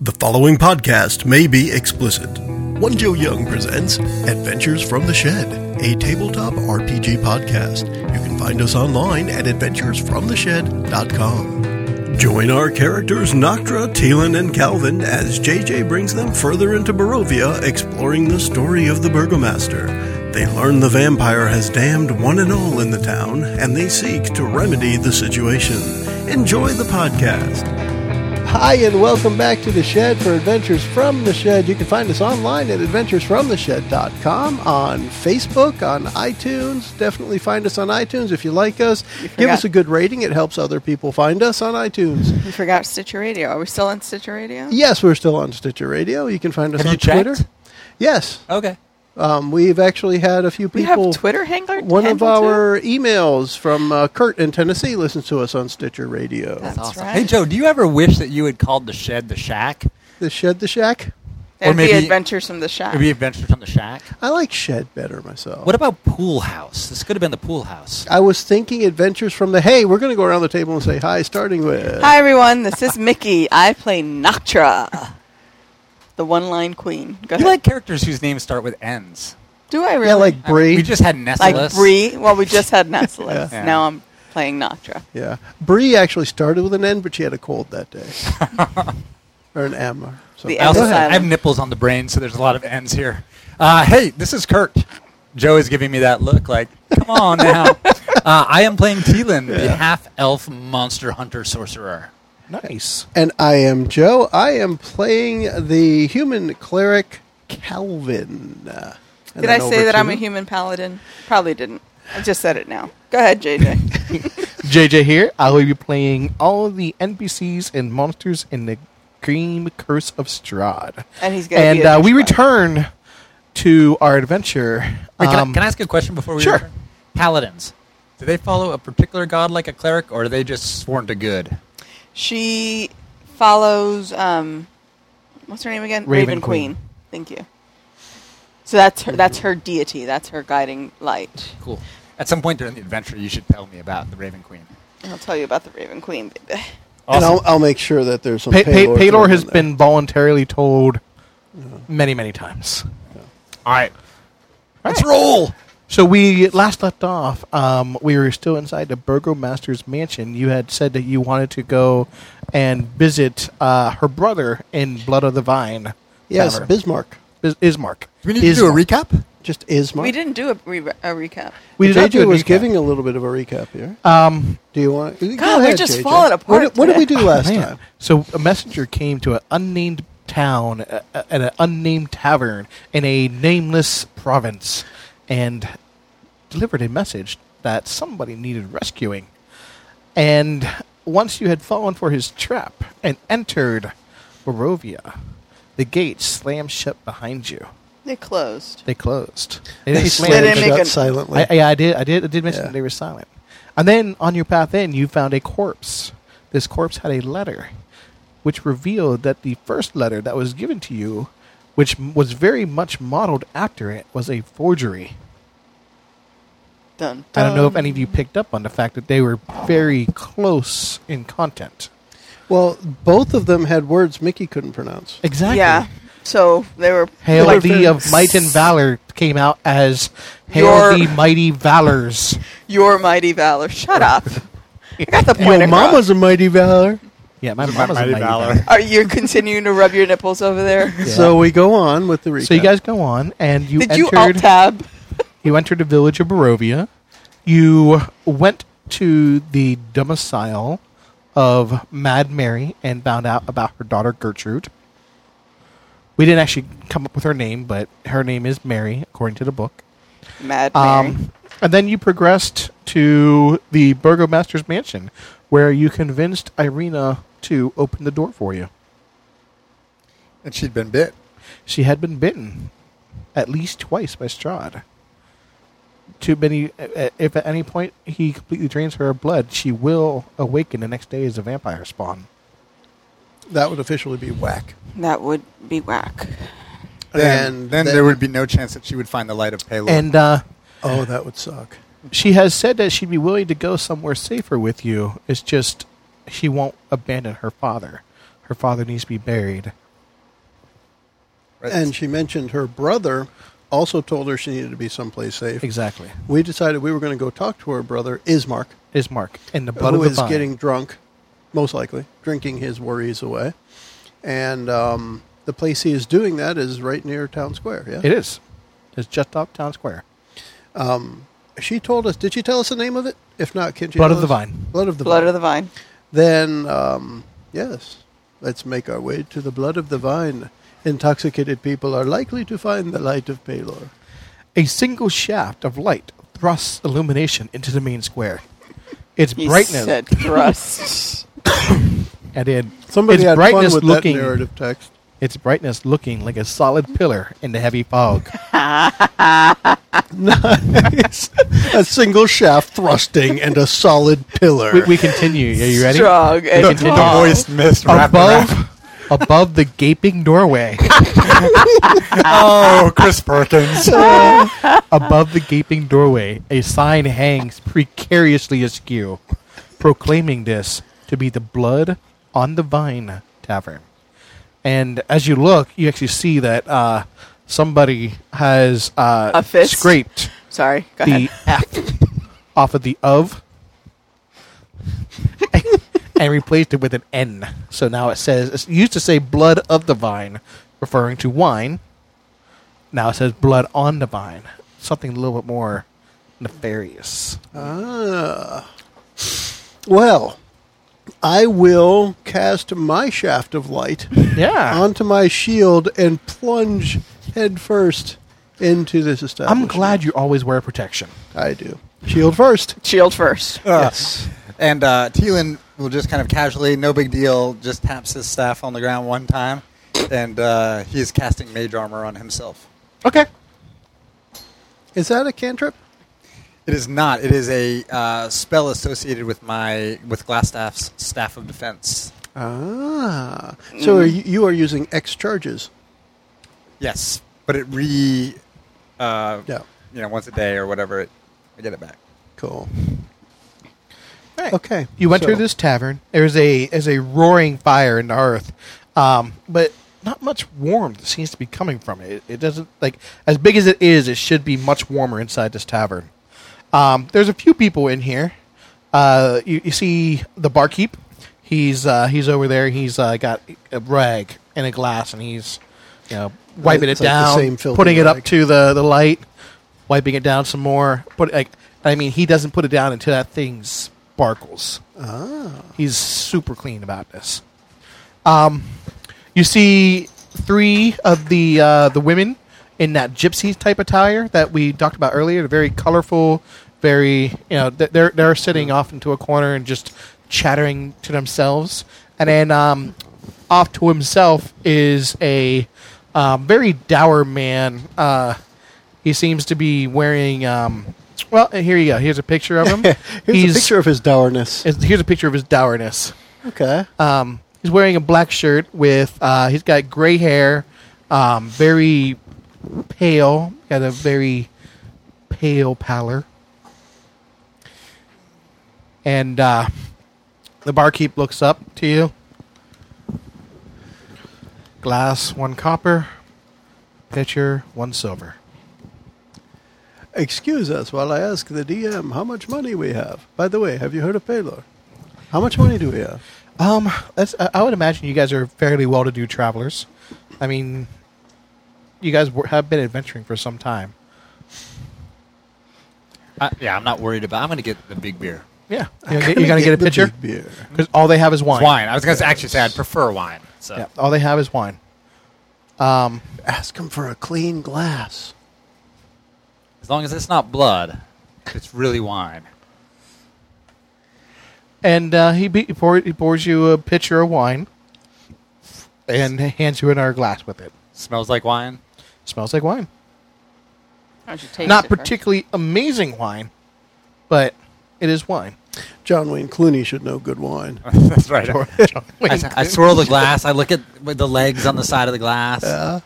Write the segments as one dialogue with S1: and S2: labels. S1: The following podcast may be explicit. One Joe Young presents Adventures from the Shed, a tabletop RPG podcast. You can find us online at adventuresfromtheshed.com. Join our characters Noctra, Teelan, and Calvin as JJ brings them further into Barovia, exploring the story of the burgomaster. They learn the vampire has damned one and all in the town, and they seek to remedy the situation. Enjoy the podcast.
S2: Hi, and welcome back to The Shed for Adventures from The Shed. You can find us online at adventuresfromtheshed.com, on Facebook, on iTunes. Definitely find us on iTunes if you like us. Give
S3: forgot-
S2: us a good rating, it helps other people find us on iTunes.
S3: We forgot Stitcher Radio. Are we still on Stitcher Radio?
S2: Yes, we're still on Stitcher Radio. You can find us
S4: Have
S2: on
S4: you checked?
S2: Twitter. Yes,
S4: Okay.
S2: um, we've actually had a few
S3: We
S2: people.
S3: have Twitter hangler.
S2: one of
S3: handle, too?
S2: our emails from uh, Kurt in Tennessee listens to us on Stitcher Radio.
S3: That's awesome.
S4: Hey, Joe, do you ever wish that you had called the shed the shack?
S2: the Shed the Shack.
S3: That'd
S4: maybe-
S3: be Adventures from the Shop.
S4: Maybe adventures from the shack?
S2: I like Shed better myself.
S4: What about pool house? This could have been the pool
S3: Uh,
S4: house.
S2: I was thinking adventures from the hey, we're going to go around the table and say hi, starting with
S3: Hi everyone, this is Mickey. I play Noctra, the one-line queen. Go
S4: You
S3: ahead.
S4: like characters whose names start with N's.
S3: Do I really?
S2: yeah, like
S4: I mean,
S2: Bree.
S4: we just had Nestlus.
S3: like Bree. Well, we just had Nessalus.
S4: Yeah.
S3: Now I'm playing Noctra.
S2: yeah, Bree actually started with an N, but she had a cold that day, or an M. Or something.
S3: The
S4: I, also,
S3: Go
S4: I
S3: ahead.
S4: have nipples on the brain, so there's a lot of N's here. Uh, hey, this is Kurt. Joe is giving me that look like, come on now. uh, I am playing Teelan, the half elf monster hunter sorcerer.
S5: Nice.
S2: And I am Joe. I am playing the human cleric Calvin. Uh, and
S3: Did I
S2: then over
S3: say that I'm
S2: to-
S3: a human paladin? Probably didn't. I just said it now. Go ahead, JJ.
S5: JJ here. I will be playing all the NPCs and monsters in the Green Curse of Strahd.
S3: and he's gonna.
S5: And
S3: be a
S5: uh, we
S3: douchebag.
S5: return to our adventure.
S4: Wait, can,
S5: Um,
S4: I, can I ask you a question before we
S5: sure.
S4: return? Paladins. Do they follow a particular god like a cleric, or are they just sworn to good?
S3: She follows um, what's her name again?
S5: Raven
S3: Queen.
S5: Queen.
S3: Thank you. So that's her. That's her deity. That's her guiding light.
S4: Cool. At some point during the adventure, you should tell me about the Raven Queen.
S3: And I'll tell you about the Raven Queen, baby.
S2: And I'll, I'll make sure that there's some.
S5: Pa- pa-
S2: Paylor
S5: Paylor
S2: thrown
S5: has
S2: in there.
S5: been voluntarily told many, many times.
S4: All right. Let's roll.
S5: So we last left off. Um, we were still inside the burgomaster's mansion. You had said that you wanted to go and visit uh, her brother in Blood of the Vine.
S2: Yes,
S5: Tavern.
S2: Bismarck.
S5: Is- Ismark.
S4: Do we need to do a
S5: Ismark.
S4: recap?
S2: Just Ismark.
S3: We didn't do a, re- a recap.
S5: We did
S2: JJ
S5: not do a
S2: was
S5: recap.
S2: giving a little bit of a recap here.
S5: Um,
S2: do you want? Go
S3: God, we're
S2: ahead,
S3: just
S2: JJ.
S3: falling apart
S2: What did, what did we do
S3: today.
S2: last
S5: man.
S2: time?
S5: So a messenger came to an unnamed town uh, uh, at an unnamed tavern in a nameless province, and delivered a message that somebody needed rescuing. And once you had fallen for his trap and entered Barovia, the gates slammed shut behind you.
S3: They closed.
S5: They closed. They
S2: They
S5: didn't slam
S3: slid
S5: them
S3: in
S2: slammed
S3: make
S2: shut
S3: an-
S2: silently.
S5: I, I, I did. I did. I did mention
S2: Yeah.
S5: that they were silent. And then on your path in, you found a corpse. This corpse had a letter, which revealed that the first letter that was given to you, which m- was very much modeled after it, was a forgery.
S3: Done. Um,
S5: I don't know if any
S4: Um,
S5: of you picked up on the fact that they were very close in content.
S2: Well, both of them had words Mickey couldn't pronounce.
S5: Exactly.
S3: Yeah. So they were
S5: Hail
S3: like,
S5: thee of might and valor came out as Hail
S3: Your-
S5: thee mighty valors.
S3: your mighty valor. Shut up. I got the point.
S2: Your
S3: across.
S2: mama's a mighty valor.
S5: Yeah, my
S4: My
S5: mama's a
S4: mighty
S5: mighty
S4: valor.
S5: valor.
S3: Are you continuing to rub your nipples over there?
S5: Yeah.
S2: So we go on with the recap.
S5: So you guys go on, and you
S3: Did you alt
S5: entered.
S3: tab?
S5: You entered the village of Barovia. You went to the domicile of Mad Mary and found out about her daughter Gertrude. We didn't actually come up with her name, but her name is Mary, according to the book.
S3: Mad Mary.
S5: Um, and then you progressed to the burgomaster's mansion, where you convinced Irina to open the door for you.
S4: And she'd been bit.
S5: She had been bitten at least twice by Strahd. Too many. uh, If at any point he completely drains her of blood, she will awaken the next day as a vampire spawn.
S2: that would officially be whack.
S3: that would be whack.
S2: And
S4: and then
S2: that-
S4: there would be no chance that she would find the light of Palor.
S5: And uh,
S2: Oh, that would suck.
S5: she has said that she'd be willing to go somewhere safer with you. It's just she won't abandon her father. Her father needs to be buried
S4: Right.
S2: And she mentioned her brother also told her she needed to be someplace safe.
S5: Exactly.
S2: We decided we were going to go talk to her brother, Ismark,
S5: Is Mark in the butt
S2: who
S5: of the
S2: is
S5: vine.
S2: getting drunk, most likely, drinking his worries away. And um, the place he is doing that is right near town square. Yeah.
S5: It is. It's just off Town Square.
S2: she told us. Did she tell us the name of it? If not, can she?
S5: Blood
S2: tell
S5: of the
S2: us?
S5: Vine.
S2: Blood of the
S3: Blood
S2: vine.
S3: of the vine.
S2: Then, um, yes, let's make our way to the blood of the vine. Intoxicated people are likely to find the light of Palor.
S5: A single shaft of light thrusts illumination into the main square. Its
S3: He
S5: brightness
S3: said thrust.
S5: and it,
S2: Somebody
S5: its
S2: had fun
S5: brightness
S2: with
S5: looking
S2: that narrative text.
S5: its brightness looking like a solid pillar in the heavy fog.
S2: a single shaft thrusting and a solid pillar.
S5: we, we continue. Are you ready?
S3: Strong
S5: The-
S3: and
S5: the
S4: The
S3: tall.
S4: moist mist wrapped around.
S5: Above above the gaping doorway.
S4: Oh, Chris Perkins.
S5: above the gaping doorway, a sign hangs precariously askew, proclaiming this to be the Blood on the Vine Tavern. And as you look, you actually see that uh, somebody has uh,
S3: A fist?
S5: scraped
S3: Sorry, go
S5: the
S3: ahead.
S5: F off of the of and replaced it with an N. So now it says, it used to say blood of the vine, referring to wine. Now it says blood on the vine, something a little bit more nefarious.
S2: Ah. Well, I will cast my shaft of light
S5: Yeah.
S2: onto my shield and plunge headfirst into this establishment.
S5: I'm glad you always wear protection.
S2: I do. Shield first.
S3: Shield first.
S5: Ah.
S2: Yes.
S4: And uh, Teelan will just kind of casually, no big deal, just taps his staff on the ground one time, and uh, he is casting mage armor on himself.
S5: Okay.
S2: Is that a cantrip?
S4: It is not. It is a uh, spell associated with my with Glassstaff's staff of defense.
S2: Ah. So are you, you are using X charges.
S4: Yes, but it re, uh,
S2: Yeah.
S4: you know, once a day or whatever, it, I get it back.
S2: Cool.
S5: Right.
S2: Okay.
S5: You went
S2: so-
S5: through this tavern. There's a there's a roaring fire in the earth, um, but not much warmth seems to be coming from it. It doesn't like as big as it is. It should be much warmer inside this tavern. Um, there's a few people in here. Uh, you, you see the barkeep. He's uh, he's over there. He's uh, got a rag and a glass, and he's you know wiping
S2: It's
S5: it
S2: like the
S5: down,
S2: same filthy
S5: putting it up
S2: rag.
S5: to the the light, wiping it down some more. Put like I mean, he doesn't put it down until that thing sparkles.
S2: Ah.
S5: He's super clean about this. Um, you see three of the uh, the women in that gypsy type attire that we talked about earlier. They're very colorful, very you know th- they're they're sitting off into a corner and just chattering to themselves. And then um, off to himself is a um, very dour man. Uh, he seems to be wearing. Um, well, here you go. Here's a picture of him.
S2: Here's
S5: He's-
S2: a picture of his dourness.
S5: is- Here's a picture of his dourness.
S2: Okay.
S5: Um, he's wearing a black shirt with. Uh, he's got gray hair, um, very pale. Got a very pale pallor. And uh, the barkeep looks up to you. Glass, one copper. Pitcher, one silver.
S2: Excuse us while I ask the DM how much money we have. By the way, have you heard of Paylor? How much money do we have?
S5: Um, that's, I I would imagine you guys are fairly well-to-do travelers. I mean, you guys were, have been adventuring for some time.
S4: Uh, yeah, I'm not worried about. I'm going to get the big beer.
S5: Yeah, you're gonna, you're gonna get,
S2: the
S5: a pitcher
S2: big Beer.
S5: because all they have is wine.
S4: Wine. I was going to actually say I'd prefer wine. So
S5: Yeah, all they have is wine. Um,
S2: Ask him for a clean glass.
S4: as long as it's not blood, it's really wine.
S5: and uh, he, be, he, pour, he pours you a pitcher of wine and hands you another glass with it.
S4: Smells like wine.
S5: Smells like wine.
S3: How'd you taste
S5: Not
S3: it first?
S5: particularly amazing wine, but it is wine.
S2: John Wayne Clooney should know good wine.
S4: That's right. I, I swirl the glass. I look at with the legs on the side of the glass.
S2: Uh,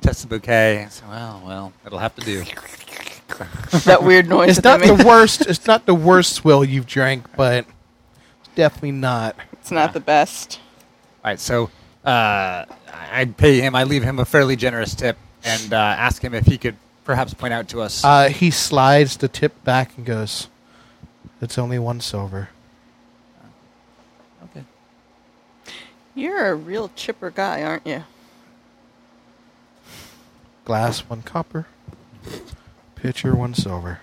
S4: Test the bouquet. So, well, well, it'll have to do.
S3: that weird noise.
S5: It's
S3: that
S5: not
S3: they
S5: the
S3: make.
S5: worst. It's not the worst swill you've drank, but it's definitely not.
S3: It's not the best.
S4: All right, so uh, I- I'd pay him. I leave him a fairly generous tip and uh, ask him if he could perhaps point out to us.
S5: Uh, he slides the tip back and goes, "It's only one silver."
S4: okay.
S3: You're a real chipper guy, aren't you?
S5: Glass one copper. Pitcher one silver.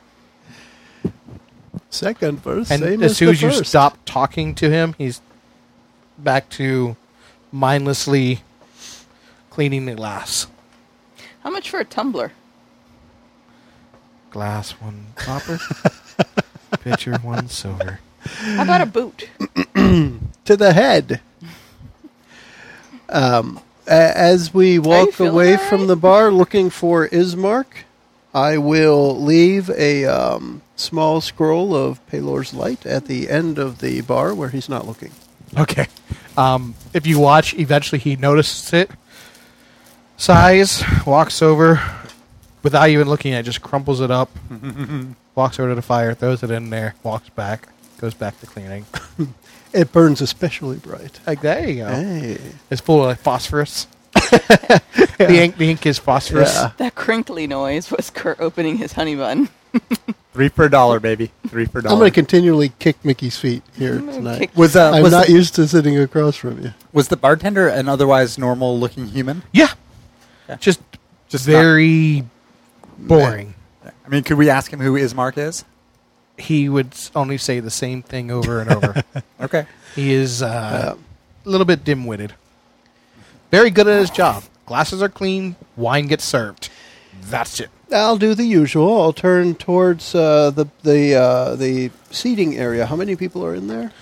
S2: Second verse,
S5: And
S2: same
S5: as
S2: as
S5: soon
S2: the
S5: as you
S2: first.
S5: stop talking to him, he's back to mindlessly cleaning the glass.
S3: How much for a tumbler?
S5: Glass one copper. Pitcher one silver.
S3: How about a boot?
S2: to the head. Um, a- as we walk
S3: feeling
S2: away
S3: all right?
S2: from the bar looking for Ismark, I will leave a um, small scroll of Pelor's light at the end of the bar where he's not looking.
S5: Okay. Um, if you watch, eventually he notices it. Sighs, walks over, without even looking at it, just crumples it up, walks over to the fire, throws it in there, walks back, goes back to cleaning.
S2: It burns especially bright.
S5: Like, there you go.
S2: Hey.
S5: It's full of phosphorus. the, ink, the ink is phosphorus.
S2: Yeah.
S3: That crinkly noise was Kurt opening his honey bun.
S4: Three for a dollar, baby. Three for a dollar.
S2: I'm going to continually kick Mickey's feet here
S3: gonna
S2: tonight.
S3: kick-
S4: was, uh,
S2: I'm
S4: was,
S2: not e
S4: the,
S2: used to sitting across from you.
S4: was the bartender an otherwise normal looking human?
S5: Yeah.
S4: Yeah.
S5: Just,
S4: Just
S5: very boring.
S4: I mean, could we ask him who Ismark is?
S5: He would s- only say the same thing over and over.
S4: Okay.
S5: He is uh, a little bit dim witted. Very good at his job. Glasses are clean, wine gets served. That's it.
S2: I'll do the usual. I'll turn towards uh, the the uh, the seating area. How many people are in there?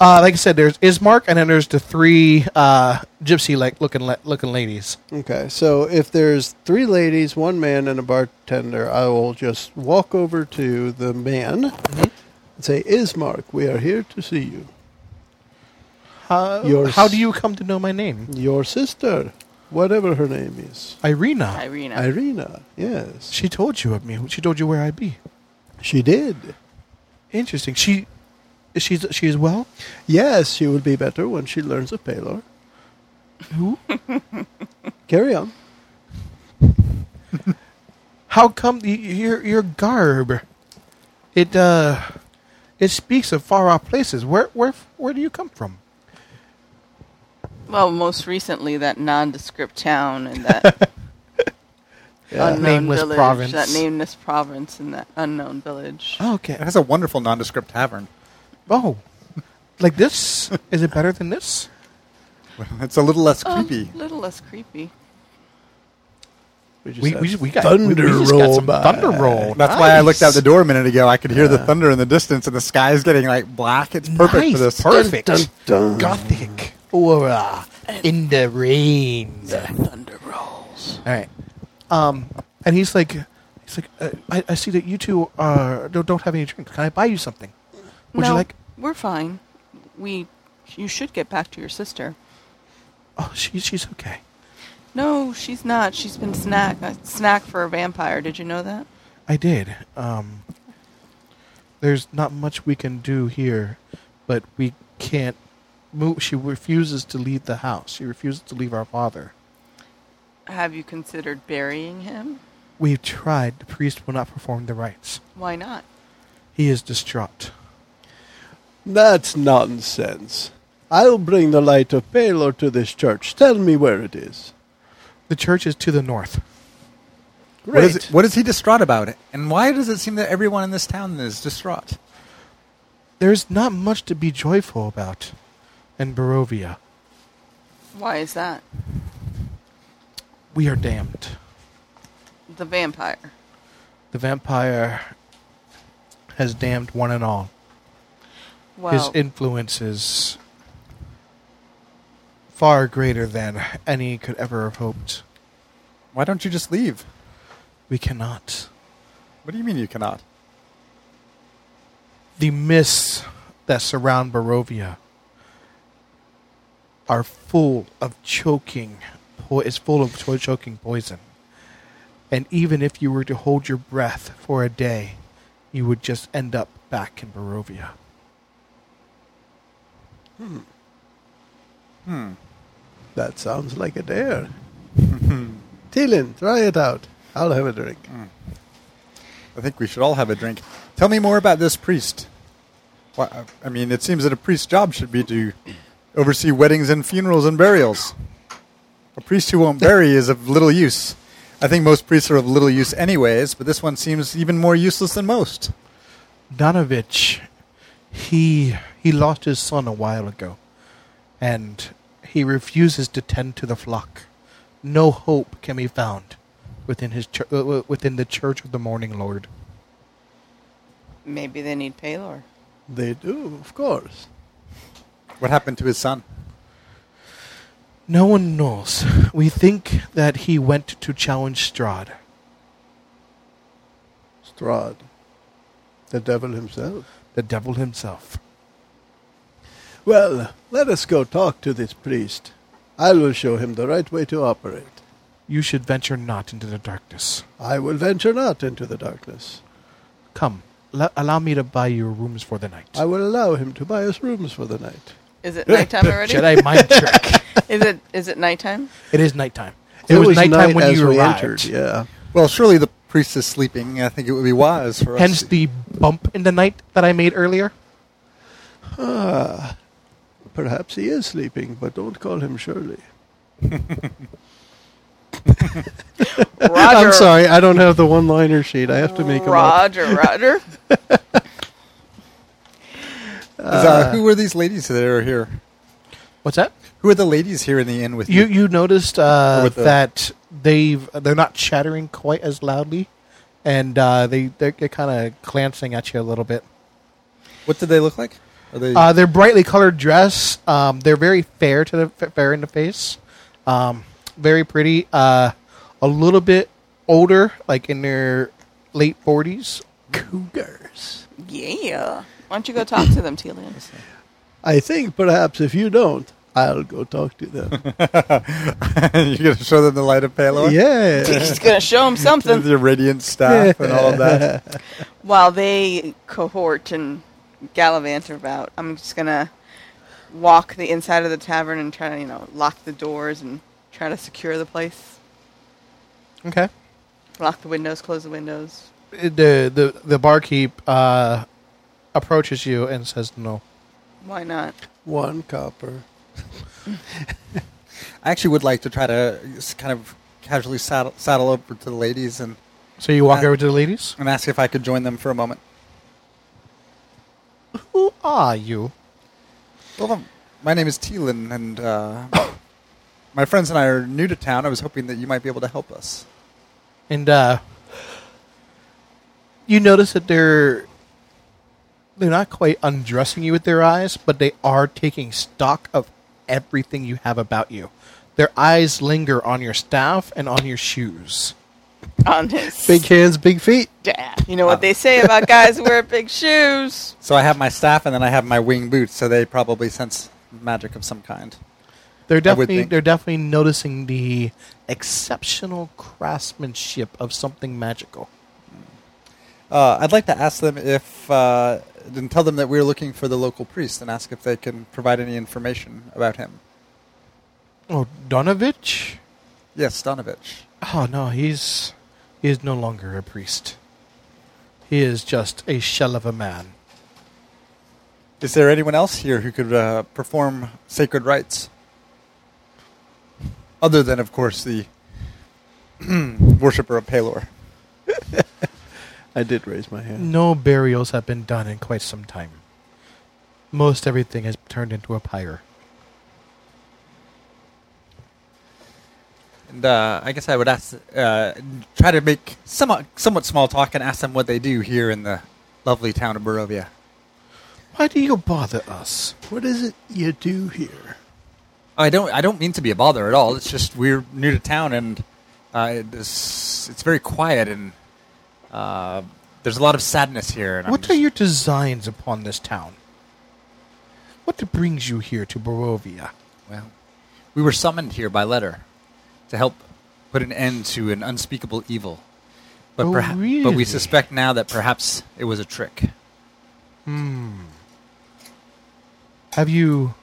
S5: Uh, like I said, there's Ismark, and then there's the three uh, gypsy like looking la- looking ladies.
S2: Okay, so if there's three ladies, one man, and a bartender, I will just walk over to the man and say, Ismark, we are here to see you.
S5: How,
S2: Yours.
S5: how do you come to know my name?
S2: Your sister, whatever her name is,
S5: Irina.
S3: Irina.
S2: Irina, yes.
S5: She told you of me. She told you where I'd be.
S2: She did.
S5: Interesting. She, she's she is well.
S2: Yes, she will be better when she learns of Palor.
S5: Who?
S2: Carry on.
S5: How come y- your your garb? It uh, it speaks of far off places. Where where where do you come from?
S3: well, most recently that nondescript town and that unknown
S5: Nameless
S3: village,
S5: province.
S3: that nameless province, and that unknown village.
S5: Oh, okay.
S4: It has a wonderful nondescript tavern.
S5: Oh, like this? Is it better than this?
S4: It's a little less
S3: Um,
S4: creepy.
S3: little less creepy.
S2: just
S5: We,
S2: had
S5: we, we got
S2: thunder
S5: we, we just got
S2: roll
S5: some
S2: by.
S5: thunder roll.
S4: That's why I looked out the door a minute ago. I could hear the thunder in the distance, and the sky is getting like black. It's perfect
S5: Nice.
S4: for this.
S5: Perfect.
S2: Dun, dun, dun.
S5: Gothic aura in the rain.
S3: Thunder rolls.
S5: All right. Um, and he's like, he's like, uh, I, I see that you two uh, don't, don't have any drinks. Can I buy you something? Would
S3: no,
S5: you like?
S3: We're fine. We, you should get back to your sister.
S5: Oh, she, she's okay.
S3: No, she's not. She's been snack a snack for a vampire. Did you know that?
S5: I did. Um, there's not much we can do here, but we can't move. She refuses to leave the house. She refuses to leave our father.
S3: Have you considered burying him?
S5: We've tried. The priest will not perform the rites.
S3: Why not?
S5: He is distraught.
S2: That's nonsense. I'll bring the light of Palor to this church. Tell me where it is.
S5: The church is to the north.
S4: What is, what is he distraught about? And why does it seem that everyone in this town is distraught?
S5: There's not much to be joyful about in Barovia.
S3: Why is that?
S5: We are damned.
S3: The vampire.
S5: The vampire has damned one and all. His
S3: Well,
S5: influence is far greater than any could ever have hoped.
S4: Why don't you just leave?
S5: We cannot.
S4: What do you mean you cannot?
S5: The mists that surround Barovia are full of choking. Po- is full of cho- choking poison. And even if you were to hold your breath for a day, you would just end up back in Barovia.
S4: Hmm.
S2: That sounds like a dare. Teelin, try it out. I'll have a drink.
S5: Mm.
S6: I think we should all have a drink. Tell me more about this priest. Why, I mean, it seems that a priest's job should be to oversee weddings and funerals and burials. A priest who won't bury is of little use. I think most priests are of little use, anyways, but this one seems even more useless than most.
S5: Danovich, he he lost his son a while ago, and he refuses to tend to the flock. No hope can be found within his chur- uh, uh, within the Church of the Morning Lord.
S3: Maybe they need Paylor.
S2: They do, of course.
S6: What happened to his son?
S5: No one knows. We think that he went to challenge Strad.
S2: Strahd, the devil himself.
S5: the devil himself.
S2: Well, let us go talk to this priest. I will show him the right way to operate.
S5: You should venture not into the darkness.
S2: I will venture not into the darkness.
S5: Come, l- allow me to buy you rooms for the night.
S2: I will allow him to buy us rooms for the night.
S3: Is it nighttime already?
S5: Jedi mind trick.
S3: Is it is it nighttime?
S5: It is nighttime. It, was, nighttime
S2: night
S5: when
S2: as
S5: you
S2: we
S5: arrived.
S2: entered, Yeah.
S6: Well, surely the priest is sleeping. I think it would be wise for us.
S5: Hence
S6: to-
S5: the bump in the night that I made earlier.
S2: Ah, perhaps he is sleeping, but don't call him Shirley.
S3: Roger.
S2: I'm sorry, I don't have the one-liner sheet. I have to make him up.
S3: Roger, Roger.
S6: Is, uh, who were these ladies that are here?
S5: What's that?
S6: Who are the ladies here in the inn with
S5: You you noticed uh,
S6: With the-
S5: that they've they're not chattering quite as loudly, and uh, they they're, they're kind of glancing at you a little bit.
S6: What did they look like? Are they?
S5: Uh, they're brightly colored dress. Um, they're very fair to the f- fair in the face. Um, very pretty. Uh, a little bit older, like in their late forties.
S2: Cougars.
S3: Yeah. Why don't you go talk to them, Telian?
S2: I think perhaps if you don't, I'll go talk to them.
S6: You're going to show them the light of Palor?
S2: yeah.
S3: She's gonna show them
S6: With
S3: something
S6: your radiant staff and all of that.
S3: while they cohort and gallivant about. I'm just gonna walk the inside of the tavern and try to you know lock the doors and try to secure the place.
S5: Okay.
S3: Lock the windows, close the windows.
S5: The the the barkeep uh, approaches you and says no.
S3: Why not?
S2: One copper.
S6: I actually would like to try to s- kind of casually saddle, saddle over to the ladies and,
S5: So you walk
S6: Uh,
S5: over to the ladies.
S6: and ask if I could join them for a moment.
S5: Who are you?
S6: Well, um, my name is Teelan, and uh, my friends and I are new to town. I was hoping that you might be able to help us.
S5: And uh, you notice that they're they're not quite undressing you with their eyes, but they are taking stock of everything you have about you. Their eyes linger on your staff and on your shoes.
S3: On his
S2: Big hands, big feet.
S3: dad. You know what they say about guys who wear big shoes.
S6: So I have my staff, and then I have my wing boots, so they probably sense magic of some kind.
S5: They're
S6: I would
S5: definitely
S6: think.
S5: they're definitely noticing the exceptional craftsmanship of something magical.
S6: Uh, I'd like to ask them if, uh, and tell them that we're looking for the local priest and ask if they can provide any information about him.
S5: Oh, Donovich?
S6: Yes, Donovich.
S5: Oh no, he's he is no longer a priest. He is just a shell of a man.
S6: Is there anyone else here who could uh, perform sacred rites? Other than, of course, the worshipper of Palor.
S2: I did raise my hand.
S5: No burials have been done in quite some time. Most everything has turned into a pyre.
S6: And uh, I guess I would ask, uh, try to make somewhat, somewhat small talk and ask them what they do here in the lovely town of Barovia.
S5: Why do you bother us?
S2: What is it you do here?
S6: I don't, I don't mean to be a bother at all. It's just we're new to town and uh, it's, it's very quiet and uh, there's a lot of sadness here. And I'm
S5: What
S6: just-
S5: are your designs upon this town? What brings you here to Barovia?
S6: Well, we were summoned here by letter to help put an end to an unspeakable evil. But,
S5: Oh,
S6: perha- but
S5: really?
S6: we suspect now that perhaps it was a trick.
S5: Have you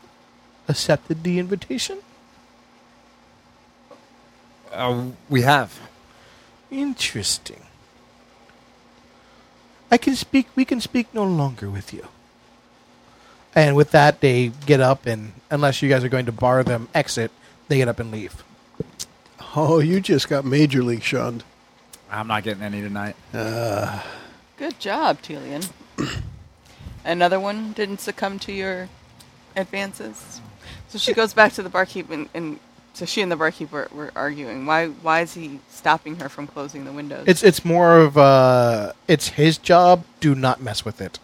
S5: accepted the invitation?
S4: Uh, we have.
S5: Interesting. I can speak. We can speak no longer with you. And with that, they get up and, unless you guys are going to bar them exit, they get up and leave.
S2: Oh, you just got major league shunned.
S4: I'm not getting any tonight.
S3: Good job, Telian. Another one didn't succumb to your advances. So she goes back to the barkeep, and, and so she and the barkeep were, were arguing. Why why is he stopping her from closing the windows?
S5: It's it's more of uh, it's his job. Do not mess with it.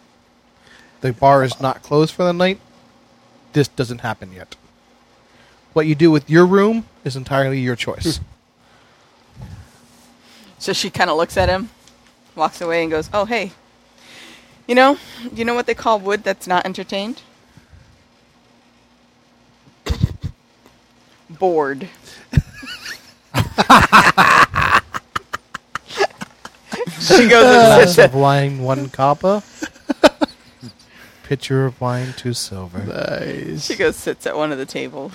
S5: The bar is not closed for the night. This doesn't happen yet. What you do with your room is entirely your choice.
S3: so she kind of looks at him, walks away, and goes, "Oh hey, you know, you know what they call wood that's not entertained? Bored." she goes and
S5: Glass
S3: sits
S5: of wine, one copper. Pitcher of wine, two silver.
S2: Nice.
S3: She goes sits at one of the tables.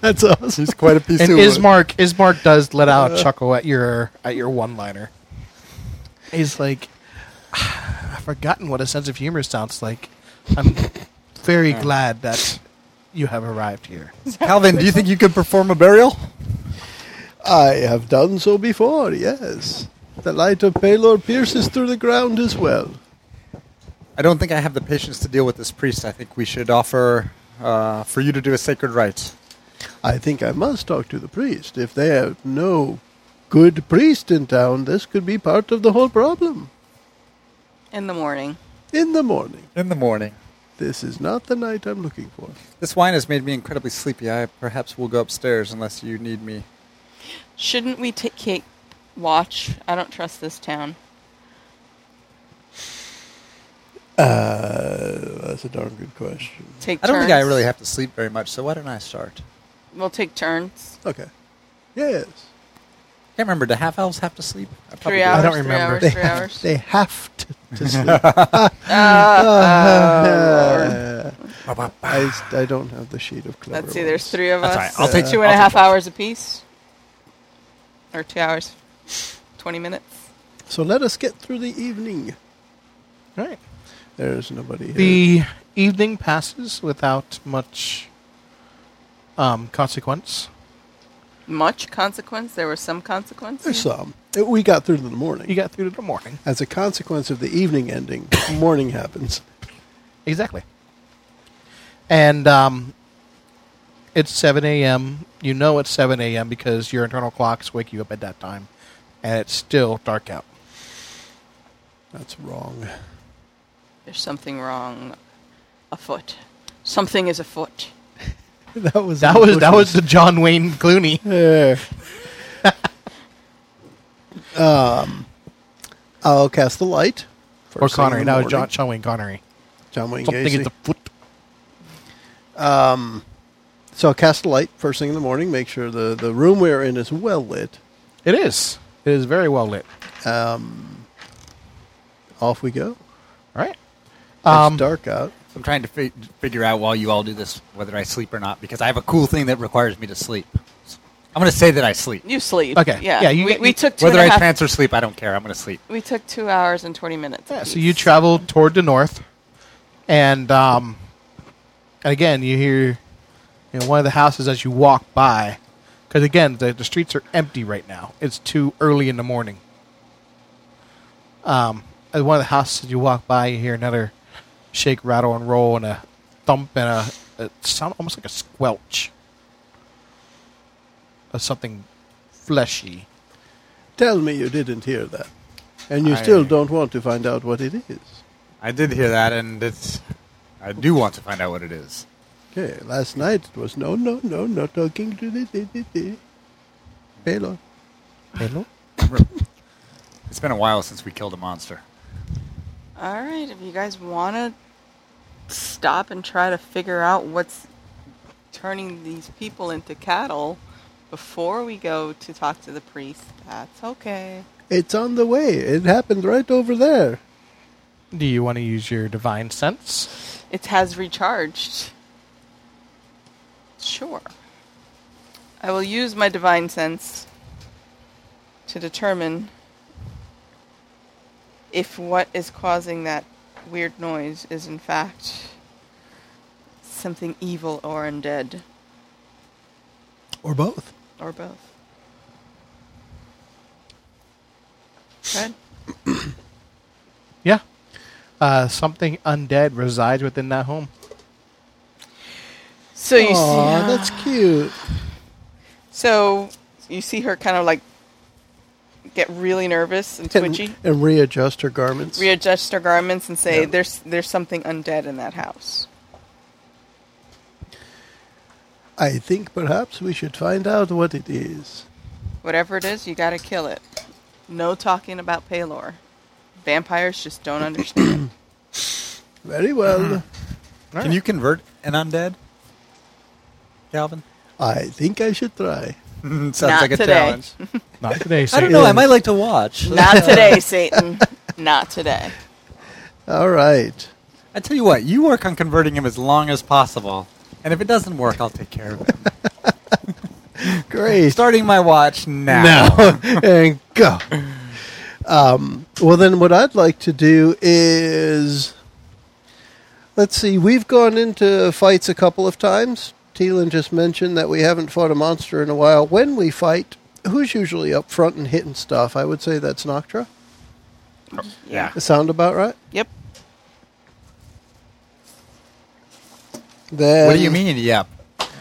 S2: That's awesome.
S4: He's quite a piece
S5: And
S4: of wood.
S5: Ismark, Ismark does let out a chuckle at your at your one liner. He's like, I've forgotten what a sense of humor sounds like. I'm very glad that you have arrived here.
S4: Calvin, do you think you could perform a burial?
S2: I have done so before, yes. The light of Palor pierces through the ground as well.
S4: I don't think I have the patience to deal with this priest. I think we should offer uh, for you to do a sacred rite.
S2: I think I must talk to the priest. If they have no good priest in town, this could be part of the whole problem.
S3: In the morning.
S2: In the morning.
S4: In the morning.
S2: This is not the night I'm looking for.
S4: This wine has made me incredibly sleepy. I perhaps will go upstairs unless you need me.
S3: Shouldn't we take cake watch? I don't trust this town.
S2: Uh, that's a darn good question.
S3: Take
S4: I
S3: turns.
S4: don't think I really have to sleep very much, so why don't I start?
S3: We'll take turns.
S2: Okay. Yes.
S4: Can't remember. Do half elves have to sleep? I probably
S3: Three
S4: do.
S3: hours.
S5: I don't
S3: three
S5: remember.
S3: Hours,
S2: They
S3: three
S2: have,
S3: hours.
S2: they have to, to sleep.
S3: Uh, oh,
S2: Uh, I, I don't have the sheet of clever
S3: Let's see. There's
S2: ones.
S3: three of
S4: That's
S3: us. Uh,
S4: all right, I'll take-
S3: two and a
S4: I'll
S3: half
S4: take-
S3: hours apiece, or two hours, twenty minutes.
S2: So let us get through the evening.
S5: All right.
S2: There's nobody here.
S5: The evening passes without much um, consequence.
S3: Much consequence. There was some consequence.
S2: There's some. Uh, We got through to the morning.
S5: You got through to the morning.
S2: As a consequence of the evening ending, morning happens.
S5: Exactly. And um, it's 7 a.m. You know it's 7 a.m. because your internal clocks wake you up at that time. And it's still dark out.
S2: That's wrong.
S3: There's something wrong, afoot. Something is afoot.
S2: That was
S5: That
S2: in the
S5: was that was
S2: bushes.
S5: the John Wayne Clooney.
S2: Yeah. um, I'll cast the light.
S5: or
S2: first thing in
S5: Connery.
S2: the
S5: That was John,
S2: morning.
S5: John Wayne Connery.
S2: John Wayne
S5: Something
S2: Gacy.
S5: is the foot.
S2: So I'll cast the light first thing in the morning. Make sure the, the room we're in is well lit.
S5: It is. It is very well lit.
S2: Off we go.
S5: All right.
S2: It's
S5: Um,
S2: dark out.
S4: I'm trying to fi- figure out while you all do this whether I sleep or not because I have a cool thing that requires me to sleep. I'm going to say that I sleep.
S3: You sleep.
S5: Okay,
S3: Yeah.
S5: yeah, you
S3: we,
S5: get-
S3: we took two
S4: Whether
S3: and
S4: I
S3: a half-
S4: trance or sleep, I don't care. I'm going to sleep.
S3: We took two hours and twenty minutes.
S5: Yeah, so
S3: apiece.
S5: you travel toward the north, and um, and again you hear, you know, one of the houses as you walk by, because again the, the streets are empty right now. It's too early in the morning. Um, at one of the houses you walk by, you hear another shake, rattle, and roll, and a thump and a, a sound almost like a squelch of something fleshy.
S2: Tell me you didn't hear that. And you
S4: I-
S2: still don't want to find out what it is.
S4: I did hear that, and it's. I do want to find out what it is.
S2: Okay, last night it was no, no, no, no talking to the. the, the, the. Pelo.
S5: Hello.
S4: It's been a while since we killed a monster.
S3: All right, if you guys want to stop and try to figure out what's turning these people into cattle before we go to talk to the priest, that's okay.
S2: It's on the way. It happened right over there.
S5: Do you want to use your divine sense?
S3: It has recharged. Sure. I will use my divine sense to determine if what is causing that weird noise is in fact something evil or undead
S1: Or both.
S3: or both. Good.
S5: Yeah. Uh, something undead resides within that home.
S3: So you
S2: Aw,
S3: see,
S2: that's cute.
S3: so you see her kind of like get really nervous and twitchy.
S2: And, and readjust her garments.
S3: readjust her garments and say, "There's there's something undead in that house."
S2: I think perhaps we should find out what it is.
S3: Whatever it is, you gotta kill it. No talking about Palor. Vampires just don't understand.
S2: Very well.
S4: Can you convert an undead, Calvin?
S2: I think I should try.
S4: Sounds
S3: Not
S4: like a
S3: today.
S4: challenge.
S5: Not today.
S4: I
S5: Satan.
S4: don't know. I might like to watch.
S3: Not today, Satan. Not today.
S2: All right.
S4: I tell you what, you work on converting him as long as possible, and if it doesn't work, I'll take care of him.
S2: Great.
S4: Starting my watch now.
S2: now and go. Um, well, then, what I'd like to do is let's see. We've gone into fights a couple of times. Teelan just mentioned that we haven't fought a monster in a while. When we fight, who's usually up front and hitting stuff? I would say that's Noctra.
S3: Oh, Yeah.
S2: Sound about right?
S3: Yep.
S2: Then
S4: What do you mean? Yep.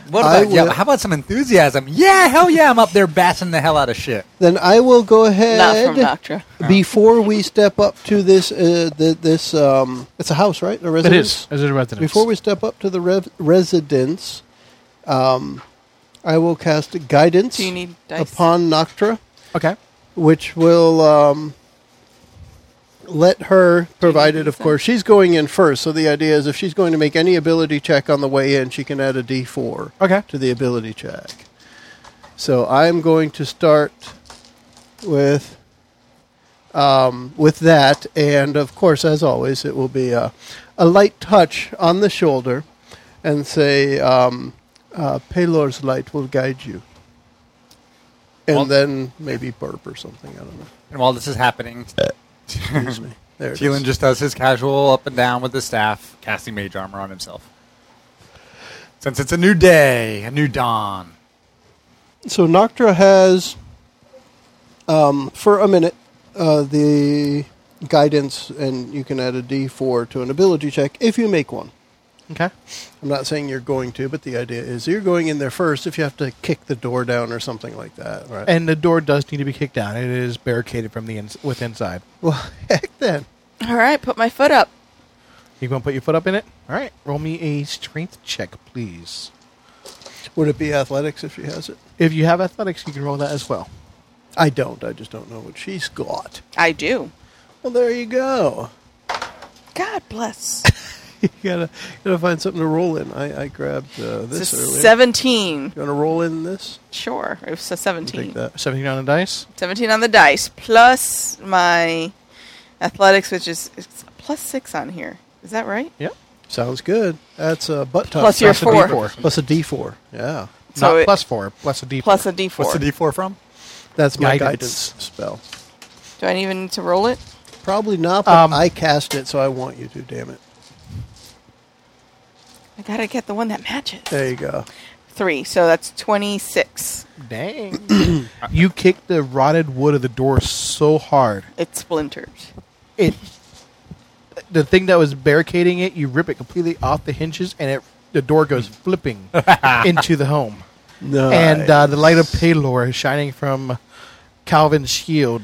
S4: What
S2: I
S4: about yep?
S2: will-
S4: How about some enthusiasm? Yeah, hell yeah! I'm up there bashing the hell out of shit.
S2: Then I will go
S3: Not from
S2: ahead.
S3: Noctra.
S2: Before we step up to this, uh, the, this um, it's a house, right? A
S5: It
S2: residence.
S5: is. Is it a residence?
S2: Before we step up to the rev- residence, um, I will cast guidance
S3: Do you need dice?
S2: upon Noctra,
S5: Okay.
S2: which will um, let her, provided of course she's going in first. So the idea is, if she's going to make any ability check on the way in, she can add a D four
S5: Okay.
S2: to the ability check. So I'm going to start with um, with that, and of course, as always, it will be a, a light touch on the shoulder, and say, um, uh, "Pelor's light will guide you," and
S4: Well-
S2: then maybe burp or something. I don't know.
S4: And while this is happening,
S2: Excuse me. There it
S4: Keelan
S2: is.
S4: just does his casual up and down with the staff, casting mage armor on himself. Since it's a new day, a new dawn.
S2: So Noctra has, um, for a minute, uh, the guidance, and you can add a D4 to an ability check if you make one.
S5: Okay.
S2: I'm not saying you're going to, but the idea is you're going in there first if you have to kick the door down or something like that. Right.
S5: And the door does need to be kicked down. It is barricaded from the ins- with inside.
S2: well, heck then.
S3: All right, put my foot up.
S5: You gonna put your foot up in it? All right. Roll me a strength check, please.
S2: Would it be athletics if she has it?
S5: If you have athletics, you can roll that as well.
S2: I don't. I just don't know what she's got.
S3: I do.
S2: Well, there you go.
S3: God bless.
S2: You gotta gotta find something to roll in. I, I grabbed uh,
S3: It's
S2: this
S3: a
S2: earlier.
S3: seventeen.
S2: You wanna roll in this?
S3: Sure, it was a
S2: Take
S3: seventeen.
S2: that.
S5: Seventeen on the dice.
S3: 17 on the dice plus my athletics which is it's plus 6 on here is that right
S5: Yep.
S2: Sounds good. That's a butt touch.
S3: Plus your
S2: a
S3: four.
S2: D4. Plus a D4. Yeah.
S3: so
S5: Not
S3: it,
S5: plus four, plus a D.
S3: plus a d4
S4: What's the D4 from?
S2: That's my
S5: Guidance.
S2: guidance, spell.
S3: do i even need to roll it
S2: Probably not, but
S5: Um,
S2: I cast it, so I want you to, damn it.
S3: i gotta get the one that matches
S2: There you go.
S3: three so that's 26
S5: Dang. you kicked the rotted wood of the door so hard.
S3: it splintered
S5: It the thing that was barricading it, you rip it completely off the hinges and it the door
S2: Mm.
S5: goes flipping into the home.
S2: No.
S5: And uh, the light of Palor shining from Calvin's shield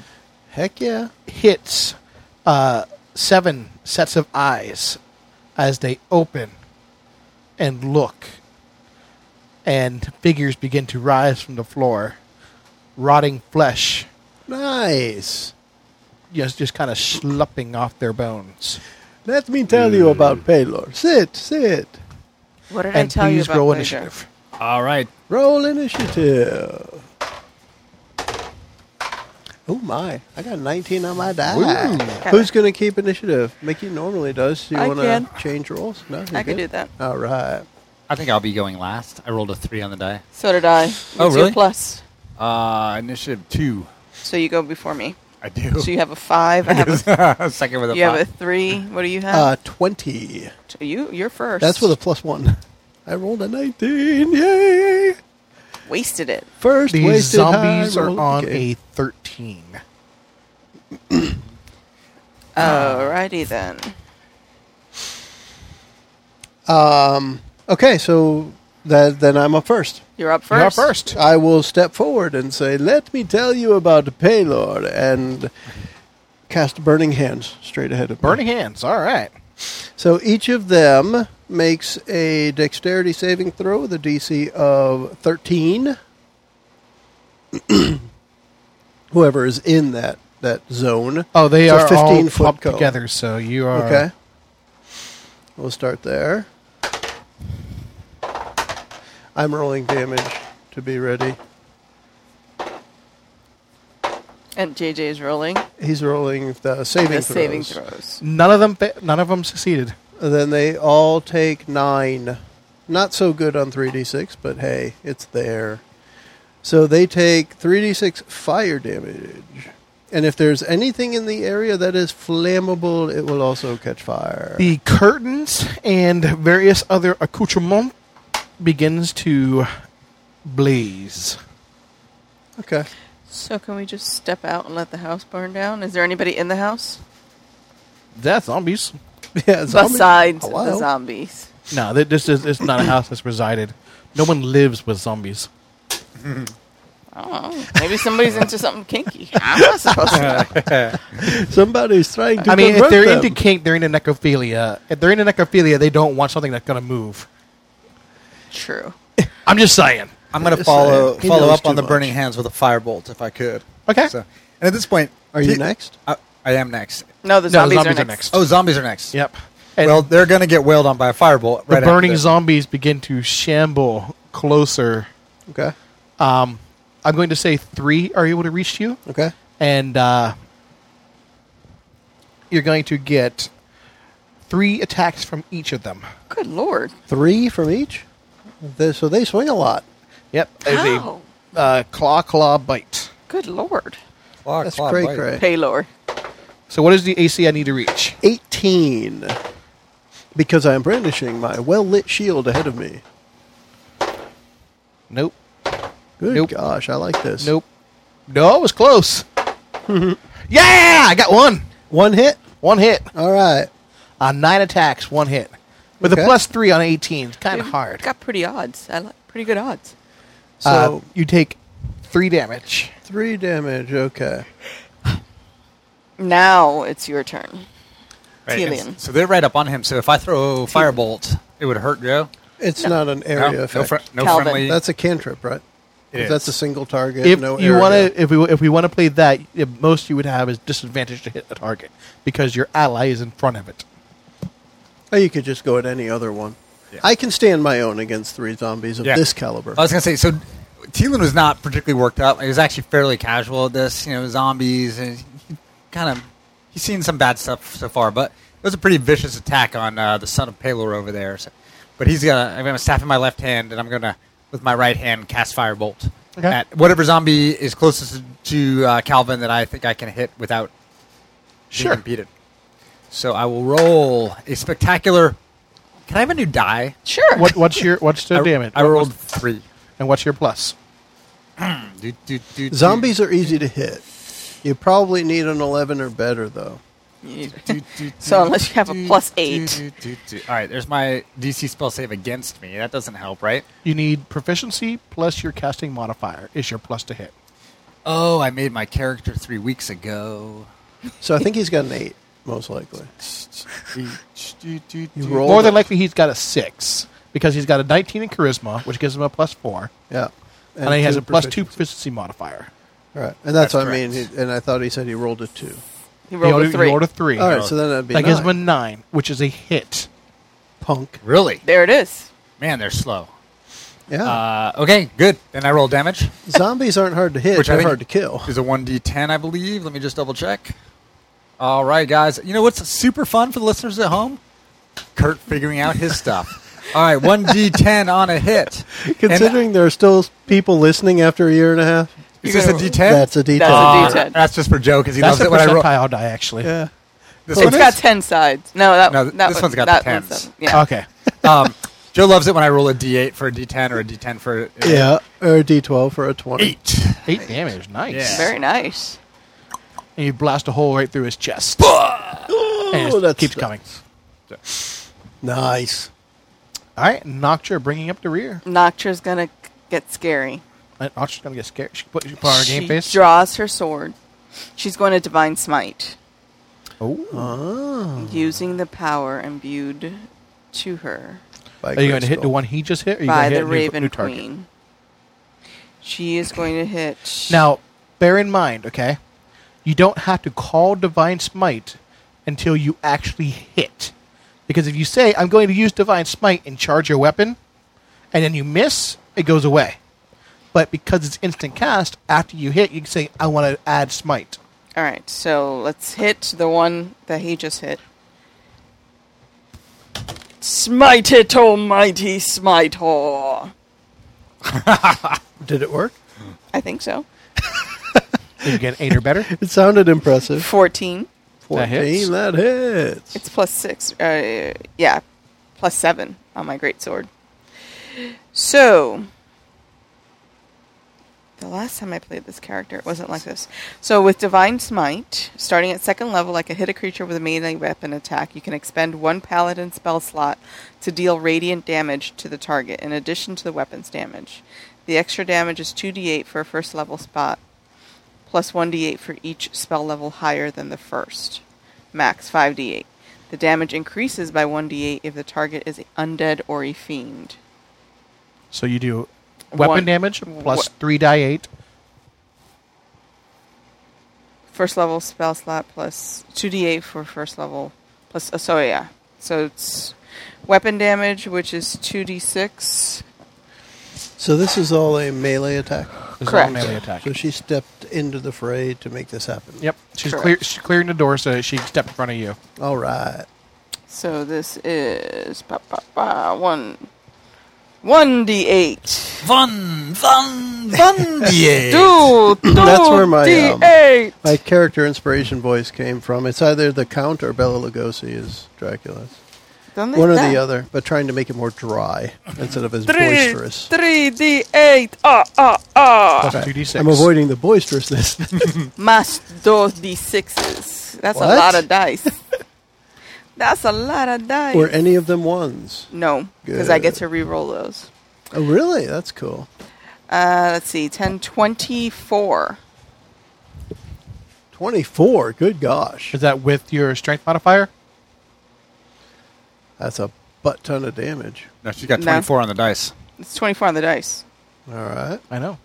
S2: Heck yeah.
S5: hits uh, seven sets of eyes as they open and look, and figures begin to rise from the floor, rotting flesh
S2: Nice.
S5: just just kind of slumping off their bones.
S2: Let me tell you about Paylor. Sit, sit.
S3: what did i
S5: and
S3: tell you
S5: please
S3: about
S5: roll
S3: later?
S5: initiative.
S4: All right.
S2: Roll initiative. Oh my! I got 19 on my die. Who's going to keep initiative? Mickey normally does. Do you
S3: I
S2: want
S3: can.
S2: to change roles? No,
S3: i could do that
S2: All right.
S6: I think I'll be going last. I rolled a three on the die.
S3: So did I.
S6: Oh,
S3: What's your
S6: really?
S3: plus?
S6: Uh, initiative two.
S3: So you go before me.
S6: I do.
S3: So you have a five. I have a,
S6: Second with a
S3: you have a
S6: five.
S3: three. What do you have?
S2: Uh, 20.
S3: T- you you're first.
S2: That's with a plus one. I rolled a 19. Yay!
S3: wasted it.
S2: First
S5: These
S2: wasted high
S5: zombies are
S2: roll-
S5: on
S2: okay.
S5: a 13.
S3: Alrighty then.
S2: Um, okay, so that, then I'm up first.
S3: You're up 1st
S5: You're first.
S2: I will step forward and say, "Let me tell you about Paylor," and cast Burning Hands straight ahead of me.
S5: Burning hands. All right.
S2: So each of them makes a Dexterity saving throw with a DC of thirteen. Whoever is in that that zone.
S5: Oh, they
S2: It's a
S5: are
S2: 15
S5: all
S2: foot
S5: clumped
S2: cone.
S5: together, so you are
S2: Okay. We'll start there. I'm rolling damage to be ready.
S3: And JJ is rolling
S2: He's rolling the saving
S3: the
S2: throws.
S3: saving throws.
S5: None of them. Fa- none of them succeeded.
S2: Then they all take nine. Not so good on 3d6, but hey, it's there. So they take 3d6 fire damage. And if there's anything in the area that is flammable, it will also catch fire.
S5: The curtains and various other accoutrement begins to blaze.
S2: Okay.
S3: So can we just step out and let the house burn down? Is there anybody in the house
S5: That zombies.
S2: Yeah, zombie-
S3: besides the
S2: Hello?
S3: zombies?
S5: No, th- this is it's not a house that's resided. No one lives with zombies.
S3: Oh, maybe somebody's into something kinky. I'm not supposed to. know.
S2: Somebody's trying to
S5: I mean, if
S2: convert
S5: they're
S2: them.
S5: into kink, they're into necrophilia. If they're into necrophilia, they don't want something that's going to move.
S3: True.
S5: I'm just saying.
S4: I'm going to
S2: Yes,
S4: follow
S2: I- he
S4: follow
S2: knows
S4: up on
S2: too
S4: the burning
S2: much.
S4: hands with a firebolt if I could.
S5: Okay.
S4: So, and at this point,
S2: Are you
S4: T-
S2: next?
S4: I, I am next.
S3: No, the
S5: No, the
S3: zombies,
S5: zombies
S3: are,
S5: are
S3: next.
S4: Oh, zombies are next.
S5: Yep. And
S4: well, they're going to get wailed on by a firebolt.
S5: the
S4: right after
S5: burning
S4: this.
S5: zombies begin to shamble closer.
S2: okay.
S5: Um, I'm going to say three are able to reach you,
S2: Okay.
S5: and uh, you're going to get three attacks from each of them.
S3: Good lord.
S2: Three from each? They- so they swing a lot.
S5: Yep. There's
S3: How?
S5: a uh, claw claw bite.
S3: Good lord.
S4: Claw,
S2: That's
S4: claw,
S2: cray
S4: bite.
S2: cray.
S3: Paylor.
S5: So what is the AC I need to reach?
S2: 18. Because I am brandishing my well lit shield ahead of me.
S5: Nope.
S2: Good
S5: Nope.
S2: gosh, I like this.
S5: Nope. No, it was close. yeah, I got one.
S2: One hit?
S5: One hit
S2: All right.
S5: on Uh, nine attacks. One hit with
S2: Okay.
S5: a plus three on 18. It's kind of
S3: We've
S5: hard.
S3: Got pretty odds. I like pretty good odds.
S2: So
S5: uh, you take three damage.
S2: three damage. Okay.
S3: Now it's your turn.
S6: Right, and s-
S3: Telian.
S6: So they're right up on him. So if I throw a firebolt, it would hurt Joe.
S2: It's not an area
S6: no, no,
S2: effect.
S6: fr- no
S3: Calvin.
S6: friendly.
S2: That's a cantrip, right?
S6: It
S2: That's a
S6: is.
S2: single target.
S5: If
S2: no
S5: you
S2: area.
S5: want to, if we if we want to play that, the most you would have is disadvantage to hit a target because your ally is in front of it.
S2: Or Oh, you could just go at any other one.
S6: Yeah.
S2: I can stand my own against three zombies of
S6: Yeah.
S2: this caliber.
S6: I was gonna say so. Thielen was not particularly worked up. He was actually fairly casual at this. You know, zombies and kind of he's seen some bad stuff so far, but it was a pretty vicious attack on uh, the son of Palor over there. So, but he's gonna. I'm gonna staff in my left hand, and I'm gonna with my right hand cast firebolt
S5: Okay.
S6: at whatever zombie is closest to uh, Calvin that I think I can hit without being
S5: Sure.
S6: impeded. So I will roll a spectacular. Can I have a new die?
S3: Sure.
S5: What what's your what's the
S6: I,
S5: damage?
S6: I
S5: What
S6: rolled
S5: was-
S6: three.
S5: and what's your plus?
S6: Do, do, do, do.
S2: Zombies are easy to hit. You probably need an 11 or better, though.
S3: So unless you have a plus eight.
S6: All right, there's my DC spell save against me. That doesn't help, right?
S5: You need proficiency plus your casting modifier is your plus to hit.
S6: Oh, I made my character three weeks ago.
S2: So I think he's got an 8, most likely. You
S6: All
S2: roll
S5: More
S2: the-
S5: than likely, he's got a six because he's got a 19 in charisma, which gives him a plus four,
S2: Yeah.
S5: and, he has
S2: two
S5: a plus two
S2: proficiency.
S5: proficiency modifier.
S2: All right. And that's,
S6: That's
S2: what I mean.
S6: correct.
S2: He, and I thought he said he rolled a 2.
S3: He
S5: He
S3: rolled
S5: ordered-
S3: a
S5: he
S3: three.
S5: ordered three.
S2: All right, so then that'd be
S5: that
S2: nine.
S5: gives him a nine, which is a hit.
S2: punk.
S6: Really?
S3: There it is.
S6: Man, they're slow.
S2: Yeah.
S6: Uh, okay, good. Then I roll damage,
S2: Zombies aren't hard to hit,
S6: which I
S2: they're
S6: think
S2: hard to kill.
S6: is a one d10, I believe. Let me just double check. All right, guys. You know what's super fun for the listeners at home? Kurt figuring out his stuff. All right, one D10 on a hit.
S2: Considering there are still people listening after a year and a half,
S6: uh, Is this a D10?
S2: that's a detail.
S3: That's a D10.
S6: That's just for Joe because he
S5: That's
S6: loves
S5: the
S6: it when I roll.
S5: percentile die, actually.
S2: Yeah.
S6: This
S3: It's
S6: one
S3: got
S6: is?
S3: ten sides. No, that,
S6: No, th-
S3: that
S6: this
S3: one-
S6: one's got
S3: that
S6: the
S3: one's
S6: tens.
S3: a- Yeah.
S5: Okay.
S6: um, Joe loves it when I roll a D8 for a D10 or a D10 for uh,
S2: Yeah, or a D12 or a 20.
S6: eight.
S5: Eight damage. Nice.
S6: Yeah.
S3: Very nice.
S5: And you blast a hole right through his chest. and
S2: Oh,
S5: it
S2: that's-
S5: keeps coming.
S2: Nice.
S5: All right, Noctra bringing up the rear.
S3: Noctra's gonna c- get scary.
S5: And Noctra's going to get scared. She put, she put on her
S3: she
S5: game face.
S3: draws her sword. She's going to divine smite,
S5: oh.
S3: using the power imbued to her
S2: By
S5: Are you going to hit
S2: Crystal.
S5: the one he just hit? Or are you
S3: by
S5: gonna hit
S3: the
S5: a new-
S3: Raven
S5: new target?
S3: Queen. She is going to hit
S5: Now, bear in mind, okay, you don't have to call Divine Smite until you actually hit. Because if you say, I'm going to use Divine Smite and charge your weapon, and then you miss, it goes away. But because it's instant cast, after you hit, you can say, I want to add Smite.
S3: All right, so let's hit the one that he just hit. Smite it, almighty smite whore.
S2: Did it work?
S3: I think so.
S5: You get an 8 or better.
S2: It sounded impressive.
S3: 14.
S2: 14,
S5: That hits.
S2: that hits.
S3: It's plus 6. Uh, yeah, plus 7 on my great sword. So, the last time I played this character, it wasn't like this. So, with Divine Smite, starting at second level, I can hit a creature with a melee weapon attack. You can expend one paladin spell slot to deal radiant damage to the target, in addition to the weapon's damage. The extra damage is 2d8 for a first level spot, plus 1d8 for each spell level higher than the first. Max 5d8. The damage increases by 1d8 if the target is undead or a fiend.
S5: So you do weapon
S3: One-
S5: damage plus
S3: wha-
S5: 3 die 8.
S3: First level spell slot plus 2d8 for first level plus. Oh, so, yeah. So it's weapon damage, which is 2d6.
S2: So this is all a melee attack.
S5: This is all
S3: Correct.
S5: melee attack.
S2: So she stepped into the fray to make this happen.
S5: Yep. She's,
S3: Correct.
S5: clear, she's clearing the door so she can step in front of you.
S2: All right.
S3: So this is. Ba, ba, ba, one. 1d8.
S6: Fun, fun, fun D8.
S3: Two, two
S2: That's where my, um,
S3: d8.
S2: My character inspiration voice came from. It's either the Count or Bella Lugosi is Dracula.
S3: Don't they-
S2: One or
S3: that-
S2: the other, but trying to make it more dry instead of as
S3: Three,
S2: boisterous.
S3: three d8. Ah, ah, ah.
S5: Plus 2d6.
S2: I'm avoiding the boisterousness.
S3: Mash those d6s. That's
S2: What?
S3: a lot of dice. That's a lot of dice.
S2: Were any of them ones?
S3: no, because I get
S2: Good.
S3: to re-roll those.
S2: Oh, really? That's cool.
S3: Uh, let's see, 10, 24.
S2: 24. Good gosh.
S5: Is that with your strength modifier?
S2: That's a butt ton of damage.
S6: No, she's got
S3: No.
S6: 24 on the dice.
S3: It's 24 on the dice.
S2: All right.
S5: I know.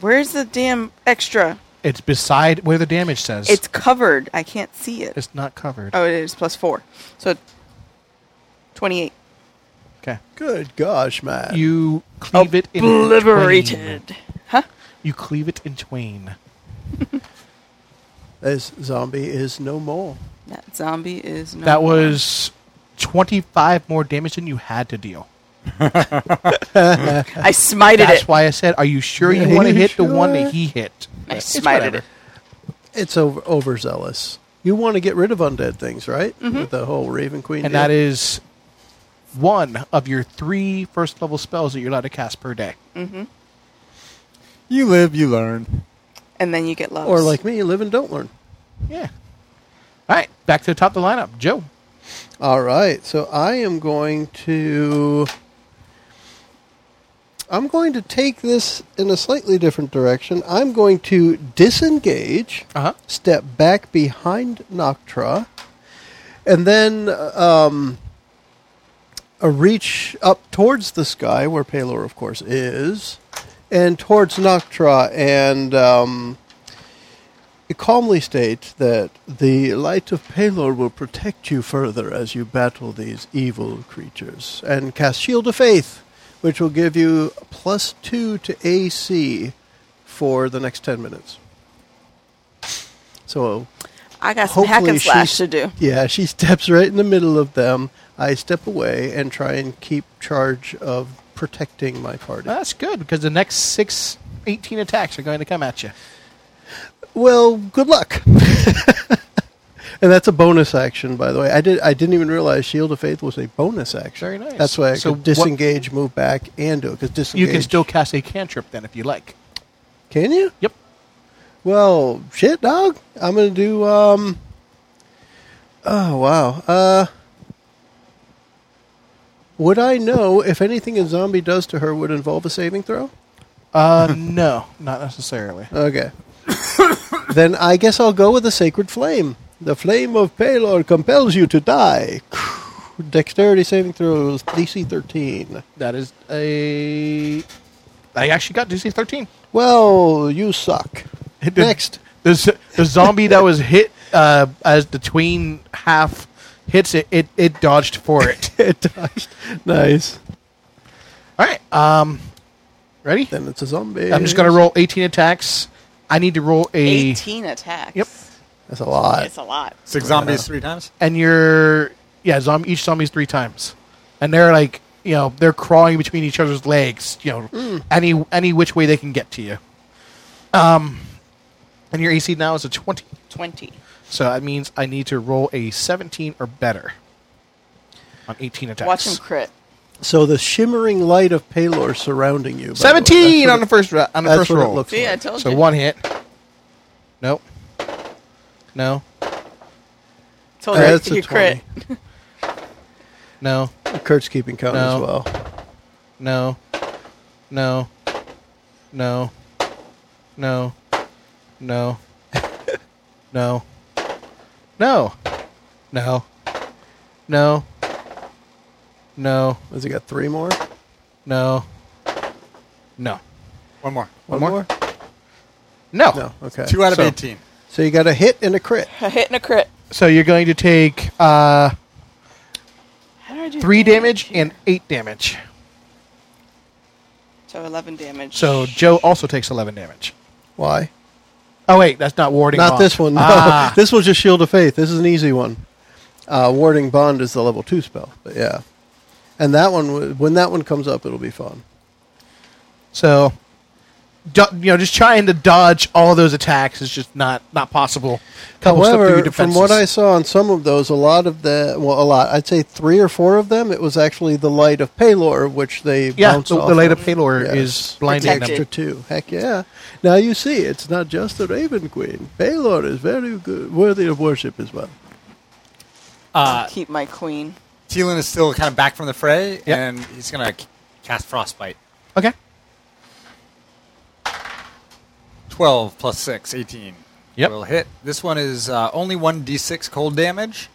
S3: Where's the damn extra?
S5: It's beside where the damage says.
S3: It's covered. I can't see it.
S5: It's not covered.
S3: oh, it is plus four. So 28.
S5: Okay.
S2: Good gosh, Matt.
S5: You cleave it in twain.
S3: Uh, Obliterated. Huh?
S5: You cleave it in twain.
S2: This zombie is no more.
S3: That zombie is no
S5: That
S3: more.
S5: was 25 more damage than you had to deal.
S3: I smited
S5: That's
S3: it.
S5: why I said, are you sure you
S2: Yeah,
S5: want to
S2: you
S5: hit the one
S2: sure?
S5: that he hit?
S3: I
S5: It's
S3: smited
S5: whatever.
S3: it.
S2: It's over overzealous. You want to get rid of undead things, right? With the whole Raven Queen.
S5: And that is one of your three first level spells that you're allowed to cast per day.
S3: Mm.
S4: You live, you learn.
S3: And then you get lost.
S2: Or like me, live and don't learn.
S5: Yeah. All right. Back to the top of the lineup. Joe.
S2: All right. So I am going to. I'm going to take this in a slightly different direction. I'm going to disengage,
S5: Uh huh.
S2: step back behind Noctra, and then um, a reach up towards the sky, where Palor, of course, is, and towards Noctra, and um, calmly state that the light of Palor will protect you further as you battle these evil creatures, and cast Shield of Faith, which will give you plus two to AC for the next ten minutes. So
S3: I got some hack and
S2: she
S3: slash
S2: s-
S3: to do.
S2: Yeah, she steps right in the middle of them. I step away and try and keep charge of protecting my party.
S5: Well, that's good because the next six, 18 attacks are going to come at you.
S2: Well, good luck. and that's a bonus action, by the way. I did. I didn't even realize Shield of Faith was a bonus action.
S5: Very nice.
S2: That's why I
S5: So
S2: could
S5: what-
S2: disengage, move back, and do it. Because
S5: You
S2: disengage,
S5: can still cast a cantrip then if you like.
S2: can you?
S5: Yep.
S2: Well, shit, dog. I'm gonna do. um Oh wow. Uh Would I know if anything a zombie does to her would involve a saving throw?
S5: Uh, no, not necessarily.
S2: Okay. then I guess I'll go with the sacred flame. The flame of Pelor compels you to die. Dexterity saving throws DC 13.
S5: That is a. I actually got DC 13.
S2: Well, you suck.
S5: It did-
S2: Next.
S5: The, z- the zombie that was hit uh, as the tween half hits it, it, it dodged for it.
S2: It dodged. Nice.
S5: All right. Um, ready?
S2: Then it's a zombie.
S5: I'm just going to roll 18 attacks. I need to roll a.
S3: 18 attacks.
S5: Yep.
S2: That's a lot.
S3: It's a lot.
S6: Six zombies three times.
S5: and you're yeah zombie each zombie's three times and they're like you know they're crawling between each other's legs you know any any which way they can get to you um and your ac now is a 20
S3: 20.
S5: so that means i need to roll a 17 or better on 18 attacks
S3: Watch him crit.
S2: So the shimmering light of Pelor surrounding you. by the way.
S5: 17
S2: That's what
S5: on
S2: it-
S5: the first ra- on the
S2: that's
S5: first
S2: what it
S5: roll
S2: looks
S3: See, I told
S5: so
S3: you.
S5: one hit nope no
S3: Told you
S2: That's a
S3: you crit.
S5: no
S2: Kurt's keeping count
S5: No.
S2: as well.
S5: No. No. No. No. No. no. No. No. No. No.
S2: Has he got three more?
S5: No. No.
S6: One more.
S2: One,
S5: more? Oh.
S2: more?
S5: No.
S2: No. Okay.
S6: Two out of
S5: So-
S6: eighteen.
S2: So you got a hit and a crit.
S3: A hit and a crit.
S5: So you're going to take uh,
S3: How do I do
S5: three damage and eight damage.
S3: So 11 damage.
S5: So Joe also takes eleven damage.
S2: Why?
S5: Oh wait, that's not warding.
S2: Not
S5: off.
S2: this one. No.
S5: Ah.
S2: This one's just Shield of Faith. This is an easy one. Uh, Warding Bond is the level two spell, but yeah. And that one, w- when that one comes up, it'll be fun.
S5: So, do, you know, just trying to dodge all those attacks is just not not possible. Couple slip through your
S2: However, from what I
S5: defenses.
S2: saw on some of those, a lot of the well, a lot. I'd say three or four of them. It was actually the light of Palor, which they
S5: yeah,
S2: bounce
S5: the,
S2: off
S5: the light
S2: of.
S5: of Palor
S2: Yes.
S5: is blinding
S3: Protected.
S2: Extra
S5: them.
S2: two. Heck yeah! Now you see, it's not just the Raven Queen. Palor is very good, worthy of worship as well.
S6: Uh,
S3: keep my queen.
S6: Teelan is still kind of back from the fray, and he's gonna c- cast frostbite.
S5: Okay,
S6: Twelve plus six, 18.
S5: Yep.
S6: Will hit. This one is uh, only one d6 cold damage,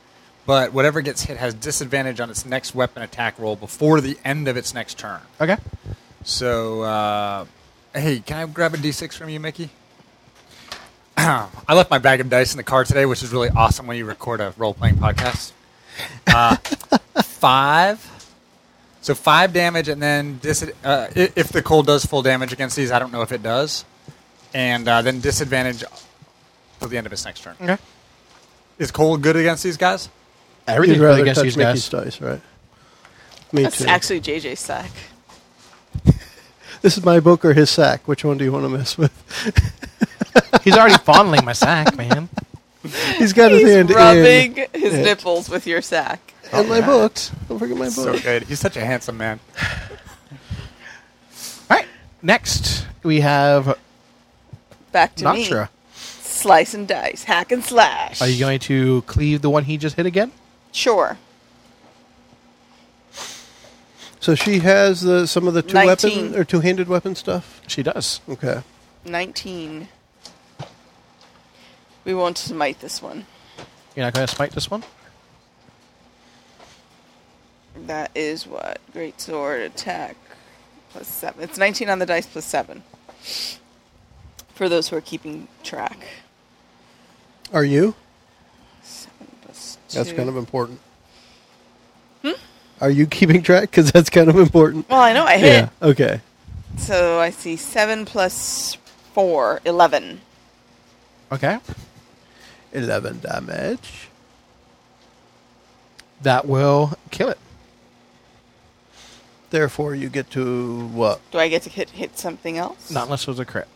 S6: but whatever gets hit has disadvantage on its next weapon attack roll before the end of its next turn.
S5: okay.
S6: So, uh, hey, can I grab a d6 from you, Mickey? I left my bag of dice in the car today, which is really awesome when you record a role playing podcast. Uh, five. So five damage, and then dis- uh, i- if the cold does full damage against these, I don't know if it does. And uh, then disadvantage till the end of his next turn.
S5: Okay.
S6: Is cold good against these guys?
S5: Everything's
S2: You'd
S5: really
S2: rather
S5: against
S2: touch
S5: these
S2: Mickey's
S5: guys.
S2: dice, right? Me
S3: That's
S2: too.
S3: actually JJ's sack.
S2: This is my book or his sack. Which one do you want to mess with?
S5: He's already fondling my sack, man.
S2: He's got his
S3: He's
S2: hand
S3: rubbing his
S2: it.
S3: nipples with your sack.
S2: in, in my book. Don't forget my book.
S6: So good. He's such a handsome man.
S5: All right. Next, we have
S3: Back to me.
S5: Natra.
S3: Slice and dice. Hack and slash.
S5: Are you going to cleave the one he just hit again?
S3: Sure.
S2: So she has the, some of the two weapon
S3: Nineteen.
S2: or two-handed weapon stuff.
S5: She does.
S2: Okay.
S3: 19. We won't smite this one.
S5: You're not going to smite this one.
S3: That is what? Great sword attack plus 7. It's 19 on the dice plus 7. For those who are keeping track.
S2: Are you?
S3: 7 plus 2.
S2: That's kind of important.
S3: Hmm?
S2: Are you keeping track? Because that's kind of important.
S3: Well, I know I hit.
S2: Yeah. Okay.
S3: So I see 7 plus 4, 11.
S5: Okay.
S2: 11 damage.
S5: That will kill it.
S2: Therefore, you get to what?
S3: Do I get to hit hit something else?
S5: Not unless it was a crit.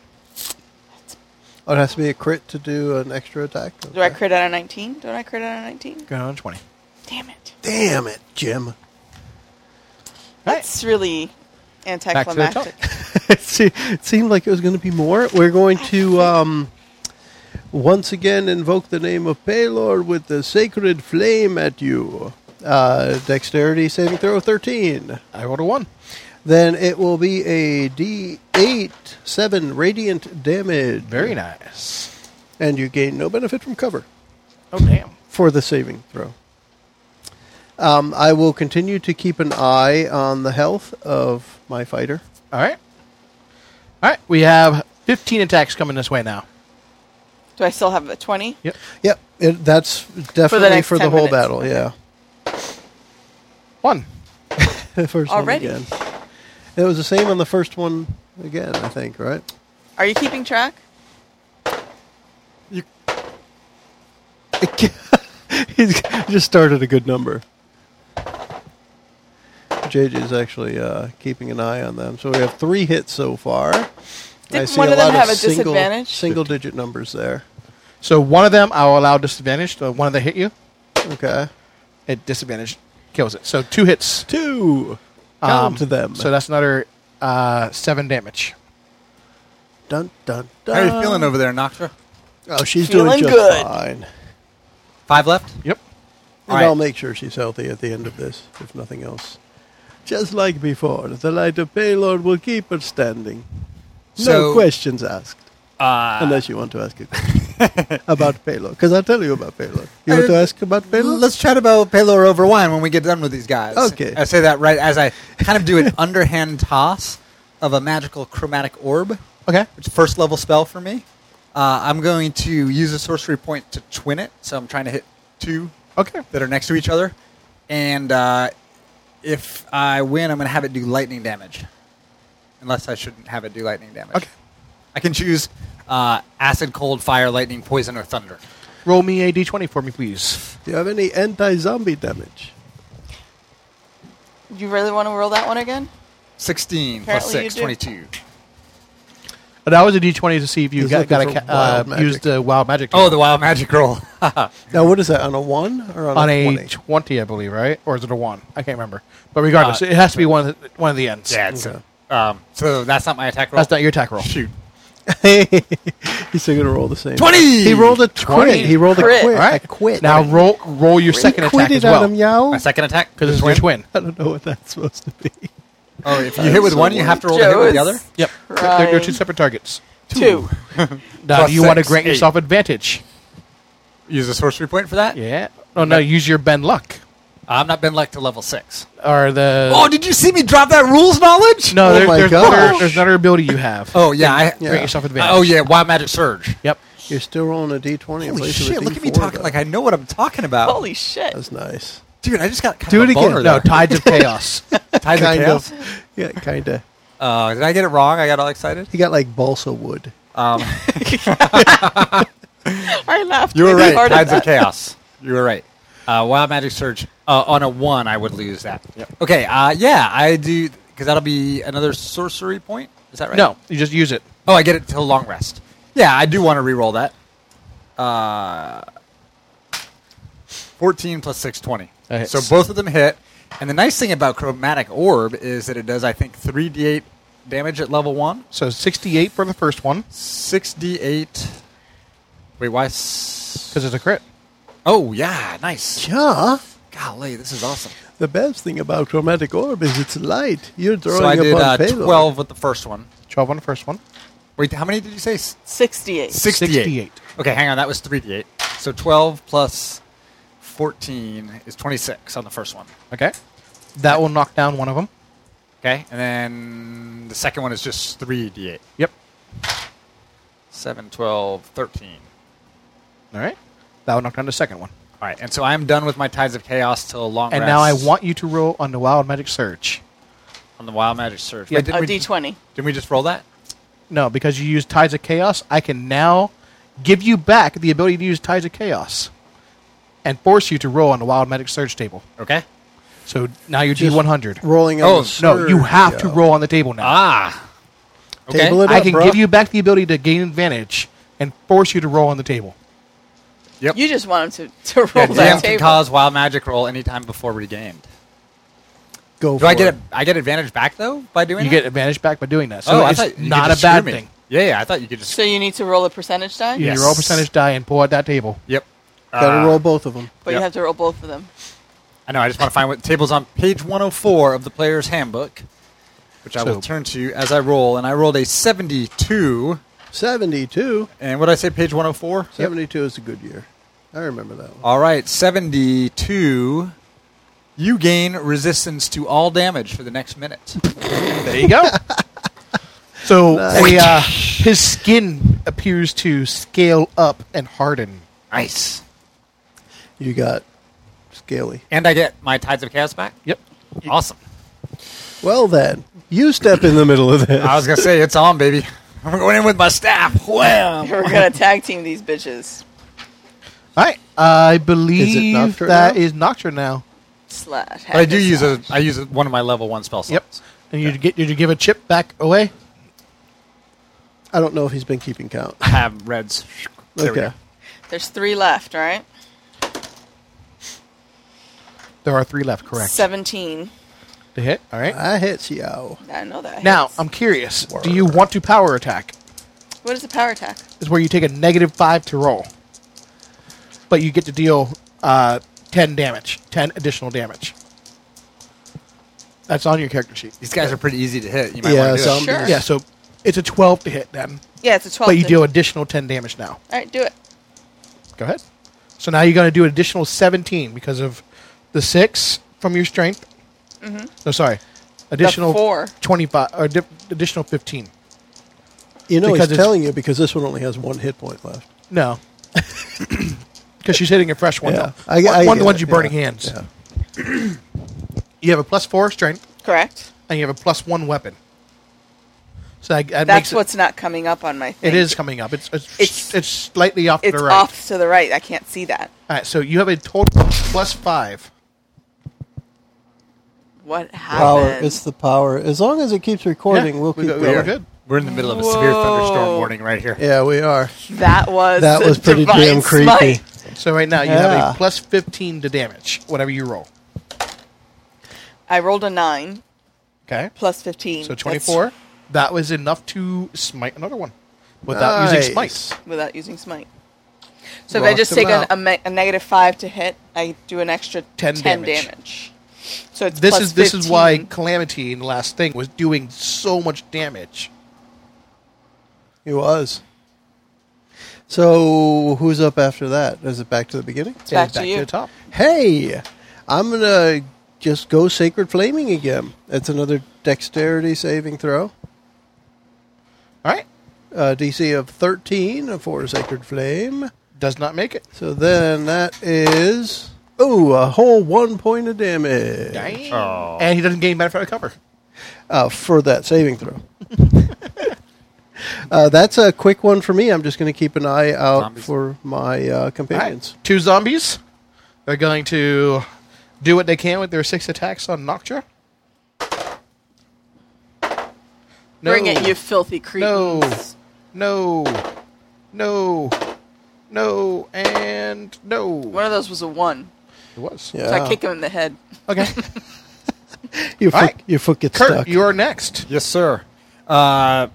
S2: Oh, it has to be a crit to do an extra attack.
S3: Do I crit on a 19? Don't I crit on a 19?
S5: Going on 20.
S3: Damn it.
S2: Damn it, Jim.
S3: That's really anticlimactic.
S2: it se- it seemed like it was going to be more. We're going to um, once again invoke the name of Paylor with the sacred flame at you. Uh, dexterity saving throw 13.
S5: I rolled a 1.
S2: Then it will be a D8 7 radiant damage.
S5: Very nice.
S2: And you gain no benefit from cover
S5: Oh, damn.
S2: for the saving throw. Um, I will continue to keep an eye on the health of my fighter.
S5: All right. All right. We have 15 attacks coming this way now.
S3: Do I still have a 20?
S5: Yep.
S2: Yep, it, that's definitely
S3: next
S2: for the,
S3: 10
S2: whole
S3: minutes.
S2: battle. Yeah,
S5: 1.
S2: The first
S3: Already?
S2: one again. It was the same on the first one again, I think. Right?
S3: Are you keeping track?
S2: He just started a good number. JJ's actually uh, keeping an eye on them, so we have three hits so far.
S3: Didn't one of them have a disadvantage?
S2: Single-digit numbers there.
S5: So one of them, I'll allow disadvantage. The one that hit you,
S2: Okay,
S5: at disadvantage, kills it. So two hits. Um,
S2: two. Count to them.
S5: So that's another uh, 7 damage.
S2: dun dun
S6: How are
S2: dun.
S6: you feeling over there, Noctra?
S2: Oh, she's
S3: Feeling
S2: doing just
S3: good.
S2: fine.
S6: Five left.
S5: Yep.
S2: And
S6: All right.
S2: I'll make sure she's healthy at the end of this, if nothing else. Just like before, the light of Paylord will keep her standing. No
S6: So-
S2: questions asked. Unless you want to ask a question about Paylord. Because I'll tell you about Paylord. You want to
S6: Uh,
S2: ask about Paylord?
S6: Let's chat about Paylor over wine when we get done with these guys.
S2: Okay.
S6: I say that right as I kind of do an underhand toss of a magical chromatic orb.
S5: Okay.
S6: It's a first level spell for me. Uh, I'm going to use a sorcery point to twin it. So I'm trying to hit two
S5: Okay.
S6: that are next to each other. And uh, if I win, I'm going to have it do lightning damage. Unless I shouldn't have it do lightning damage.
S5: Okay.
S6: I can choose uh, acid, cold, fire, lightning, poison, or thunder.
S5: Roll me a d20 for me, please.
S2: Do you have any anti zombie damage?
S3: You really want to roll that one again?
S6: 16
S3: Apparently you
S6: plus 6,
S3: do.
S6: 22.
S5: Uh, That was a d20 to see if you
S2: He's
S5: got,
S2: looking
S5: got a
S2: for
S5: ca- uh,
S2: wild magic.
S5: used the wild magic.
S6: Oh, the wild magic roll.
S2: Now, what is that? On a 1 or on,
S5: on
S2: a
S5: a
S2: 20?
S5: 20, I believe, right? Or is it a 1? I can't remember. But regardless, it has to be one of the, one of the ends.
S6: Uh, yeah, it's, um, so that's not my attack roll.
S5: That's not your attack roll.
S6: Shoot.
S2: He's still going to roll the same.
S6: 20!
S2: He rolled a crit. He rolled
S3: Crit.
S2: a quit.
S5: All right.
S2: I quit.
S5: Now roll roll your second attack
S2: Quitted
S5: as
S2: at
S5: well.
S2: him, yo.
S6: My second attack?
S5: Because it's your twin.
S2: I don't know what that's supposed to be.
S6: Oh, if you hit with one, you have to roll to hit with the other?
S3: Joe's
S5: Yep.
S3: Right.
S5: They're, they're two separate targets.
S3: Two.
S5: Now,
S6: Plus
S5: do you want to
S6: six,
S5: grant
S6: eight.
S5: yourself advantage?
S6: Use a sorcery point for that?
S5: Yeah. Oh, no, use your Ben Luck.
S6: I'm not been luck to level 6.
S5: Or the.
S6: oh, did you see me drop that rules knowledge?
S5: Uh, no,
S2: oh
S5: there-
S2: my
S5: there's,
S2: gosh.
S5: another, there's another ability you have.
S6: Oh, yeah. I,
S5: Grant yourself advantage.
S6: Oh, yeah. Wild magic surge.
S5: Yep.
S2: You're still rolling a d20 in
S6: Holy
S2: place
S6: shit!
S2: of a d4.
S6: Look at me talking
S2: though.
S6: like I know what I'm talking about.
S3: Holy shit.
S2: That's nice.
S6: dude, I just got kind
S2: Do
S6: of
S2: it
S6: a
S2: again.
S6: boner
S5: No,
S6: there.
S5: Tides of Chaos.
S6: Tides of
S2: Kind
S6: chaos.
S2: of. Yeah, kind of.
S6: Uh, did I get it wrong? I got all excited.
S2: He got like balsa wood.
S6: Um,
S3: I laughed.
S6: you were
S3: really
S6: right.
S3: hard at
S6: Tides of
S3: that.
S6: chaos. You were right. Uh, wild magic surge uh, on a one, I would lose that. Okay. Uh, yeah, I do because that'll be another sorcery point. Is that right?
S5: No, you just use it.
S6: Oh, I get it till long rest. Yeah, I do want to re-roll that. Uh, 14 plus 6, 20.
S5: That hits.
S6: So both of them hit. And the nice thing about Chromatic Orb is that it does, I think, 3d8 damage at level 1,
S5: So 68 for the first one,
S6: 6d8. Wait, why? s-
S5: because it's a crit.
S6: Oh, yeah, nice.
S2: Yeah.
S6: Golly, this is awesome.
S2: The best thing about chromatic orb is it's light. You're drawing
S6: So I did
S2: upon
S6: uh,
S2: payload.
S6: 12 with the first one.
S5: 12 on the first one.
S6: Wait, how many did you say? S-
S3: 68.
S6: 68.
S5: 68.
S6: Okay, hang on. That was 3d8. So 12 plus 14 is 26 on the first one.
S5: Okay. That will knock down one of them.
S6: Okay, and then the second one is just 3d8.
S5: Yep.
S6: 7, 12, 13.
S5: All right. That will knock down the second one.
S6: All right, and so I'm done with my Tides of Chaos till long
S5: And
S6: rest
S5: now I want you to roll on the Wild Magic Surge.
S6: on the Wild Magic Surge.
S5: Yeah.
S6: Wait,
S3: A
S6: didn't, we,
S3: d20.
S6: didn't we just roll that?
S5: No, because you use Tides of Chaos, I can now give you back the ability to use Ties of Chaos and force you to roll on the wild magic surge table.
S6: Okay.
S5: So now you're
S2: Just
S5: D100.
S2: Rolling on
S6: Oh,
S2: the
S5: No, you
S2: surge,
S5: have to
S2: yo.
S5: roll on the table now.
S6: Ah. Okay.
S2: Table it
S5: I
S2: up,
S5: can
S2: bruh.
S5: give you back the ability to gain advantage and force you to roll on the table.
S3: You just want him to, to roll
S6: Yeah,
S3: that
S6: DM can
S3: table.
S6: cause wild magic roll anytime before regained.
S2: Go
S6: Do I
S2: for
S6: get
S2: it.
S6: a, I get advantage back though by doing
S5: You
S6: that?
S5: get advantage back by doing that. So
S6: Oh, I thought you
S5: it's
S6: could
S5: not a
S6: just screw
S5: bad
S6: me.
S5: thing.
S6: Yeah, yeah, I thought you could just.
S3: So you need to roll a percentage die,
S5: You
S6: Yes.
S5: roll a percentage die and pull out that table.
S6: Yep.
S2: Gotta
S6: Uh,
S2: roll both of them.
S3: but
S6: Yep.
S3: you have to roll both of them.
S6: I know. I just want to find what tables on page 104 of the player's handbook, which I
S5: So-
S6: will turn to as I roll, and I rolled a 72.
S2: 72.
S6: And what did I say? Page 104.
S2: 72 is a good year. I remember that one.
S6: All right, 72. You gain resistance to all damage for the next minute.
S5: There you go. so a, uh, his skin appears to scale up and harden.
S6: nice.
S2: You got Scaly.
S6: And I get my Tides of Chaos back?
S5: Yep.
S6: Awesome.
S2: Well, then, you step in the middle of this.
S6: I was going to say, it's on, baby. I'm going in with my staff. Wham!
S3: We're gonna tag team these bitches.
S5: All right. I believe that is
S2: Nocturne now?
S5: Nocturne now.
S3: Slash.
S6: But I do use a, I use a, one of my level one spell
S5: Yep.
S6: slots.
S5: And you get did you give a chip back away?
S2: I don't know if he's been keeping count.
S6: I have reds. There we
S2: Okay.
S6: go.
S3: There's three left, right?
S5: There are three left, correct?
S3: Seventeen.
S5: To hit. All right.
S2: I hit you.
S3: I know that.
S5: Now
S3: hits.
S5: I'm curious. Do you want to power attack?
S3: what is a power attack?
S5: Is where you take a negative five to roll, but you get to deal uh, ten damage, ten additional damage. That's on your character sheet.
S6: These guys are pretty easy to hit. You might
S2: Yeah,
S6: want to do
S2: zombies.
S6: that.
S3: Sure.
S5: Yeah, so it's a 12 to hit then,
S3: Yeah, it's a twelve.
S5: but you
S3: to-
S5: deal additional 10 damage now.
S3: All right, do it.
S5: Go ahead. So now you're going to do an additional 17 because of the 6 from your strength. No, sorry. Additional
S3: Mm-hmm. four.
S5: 25 or di- additional 15.
S2: You know
S5: Because
S2: he's
S5: it's-
S2: telling you because this one only has one hit point left.
S5: No. Because she's hitting a fresh one.
S2: Yeah.
S5: Yeah.
S2: I-
S5: one
S2: I get
S5: one of the
S2: it,
S5: ones you burning
S2: yeah,
S5: hands.
S2: yeah.
S5: You have a plus 4 strength
S3: Correct.
S5: and you have a plus 1 weapon. So that, that
S3: That's
S5: makes
S3: what's not coming up on my.
S5: it,
S3: Thing.
S5: it is coming up. It's it's,
S3: It's-
S5: it's, slightly off
S3: It's
S5: to the right.
S3: off to the right. I can't see that.
S5: All right, so you have a total of plus 5.
S3: What
S2: Power.
S3: happened?
S2: It's the power. As long as it keeps recording,
S5: Yeah,
S2: we'll
S5: we
S2: keep
S5: got- we
S2: going.
S5: are good.
S6: We're in the middle of a severe thunderstorm
S3: Whoa.
S6: warning right here.
S2: Yeah, we are.
S3: that was
S2: That
S3: a
S2: was pretty
S3: divine
S2: damn creepy.
S3: smite.
S5: So right now you
S2: Yeah.
S5: have a plus 15 to damage, whatever you roll.
S3: I rolled a nine
S5: Okay.
S3: plus fifteen.
S5: So
S3: That's
S5: 24. That was enough to smite another one without using
S2: Nice.
S5: smite.
S3: without using smite. So if I
S2: Rocked
S3: just
S2: him
S3: take an,
S2: out.
S3: a, ma- a negative five to hit, I do an extra
S5: 10
S3: ten,
S5: damage.
S3: damage. So it's
S5: This
S3: plus
S5: is this is why
S3: 15.
S5: calamity in the last thing was doing so much damage.
S2: He was. So who's up after that? Is it back to the beginning?
S3: It's back,
S5: It's
S3: to you.
S5: the top.
S2: Hey, I'm gonna just go sacred flaming again. It's another dexterity saving throw.
S5: All right.
S2: Uh, DC of 13 for sacred flame.
S5: Does not make it.
S2: So then that is oh a whole one point of damage
S6: Oh.
S5: And he doesn't gain benefit of cover.
S2: uh, for that saving throw. uh, that's a quick one for me. I'm just going to keep an eye out
S6: Zombies.
S2: for my uh,
S5: All right.
S2: companions.
S5: Two zombies. They're going to do what they can with their six attacks on Noctra.
S3: Bring it,
S5: No.
S3: you filthy
S5: No.
S3: cretins.
S5: No. No. No. And no.
S3: One of those was a one.
S5: It was.
S2: Yeah.
S3: So I kick him in the head.
S5: Okay.
S2: Your foot,
S5: All right.
S2: your foot gets
S5: Kurt,
S2: stuck.
S5: you are next.
S6: Yes, sir. Uh,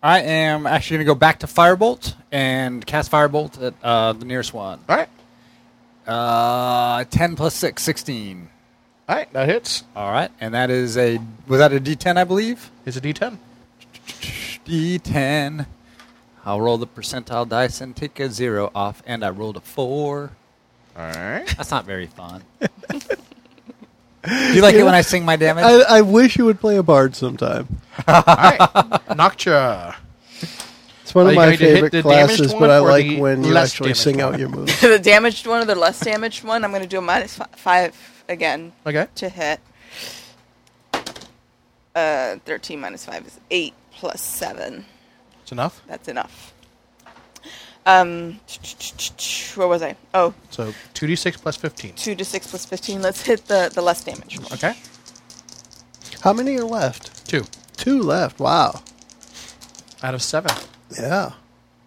S6: I am actually going to go back to Firebolt and cast Firebolt at uh, the nearest one.
S5: All right.
S6: Uh, 10 plus 6, 16.
S5: All right. That hits.
S6: All right. And that is a, was that a D10, I believe?
S5: It's a D10.
S6: D10. I'll roll the percentile dice and take a zero off, and I rolled a four.
S5: All right.
S6: That's not very fun. Do you like it when I sing my damage?
S2: I, I wish you would play a bard sometime.
S5: All right. Noctra.
S2: It's one
S5: Are
S2: of
S5: you
S2: my
S5: going to hit
S2: favorite
S5: the
S2: classes,
S5: damaged
S2: but I
S5: one or
S2: like
S5: the
S2: when you
S5: less
S2: actually
S5: damaged
S2: sing
S5: one?
S2: out your moves.
S3: the damaged one or the less damaged one, I'm going to do a minus fi- five again
S5: Okay.
S3: to hit. Uh, 13 minus 5 is 8 plus 7.
S5: It's enough.
S3: That's enough. Um, where was I? Oh,
S5: So 2d6 plus 15.
S3: two to six plus fifteen. Let's hit the the less damage. one.
S5: Okay?
S2: How many are left?
S5: 2
S2: Two left. Wow.
S5: out of 7.
S2: Yeah.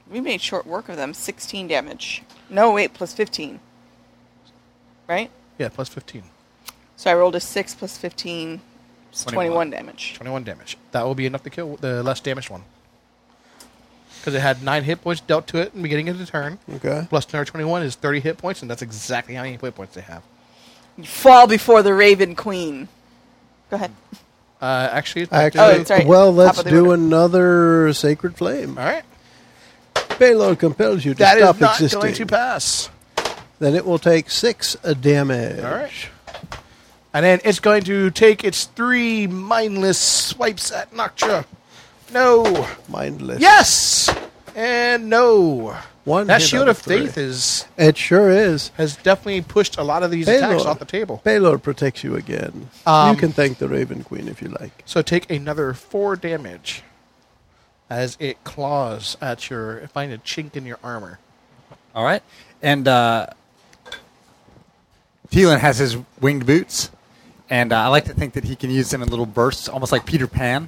S3: We made short work of them. Sixteen damage. No, wait, plus fifteen. Right.
S5: Yeah, plus 15.
S3: So I rolled a six plus fifteen. It's
S6: 21.
S3: Twenty-one damage.
S5: 21 damage. That will be enough to kill the less damaged one. Because it had 9 hit points dealt to it in the beginning of the turn.
S2: Okay.
S5: Plus another 21 is 30 hit points, and that's exactly how many hit points they have.
S3: You fall before the Raven Queen. Go ahead.
S5: Uh, actually, it's
S2: I
S5: back to-
S3: Oh, it's
S2: Actually,
S3: right.
S2: well,
S3: Top
S2: let's
S3: of the
S2: do
S3: order.
S2: another sacred flame.
S5: All right.
S2: Payload compels you to
S5: That
S2: stop
S5: is not
S2: existing.
S5: going to pass.
S2: Then it will take six uh, damage.
S5: All right. And then it's going to take its three mindless swipes at Noctra. No.
S2: Mindless.
S5: Yes. And no.
S2: One
S5: That
S2: hit
S5: shield
S2: out
S5: of
S2: three.
S5: faith is
S2: It sure is.
S5: has definitely pushed a lot of these attacks off the table.
S2: Payload protects you again.
S5: Um,
S2: you can thank the Raven Queen if you like.
S5: So take another four damage as it claws at your find a chink in your armor.
S6: All right. And uh, Thielen has his winged boots, and uh, I like to think that he can use them in little bursts, almost like Peter Pan.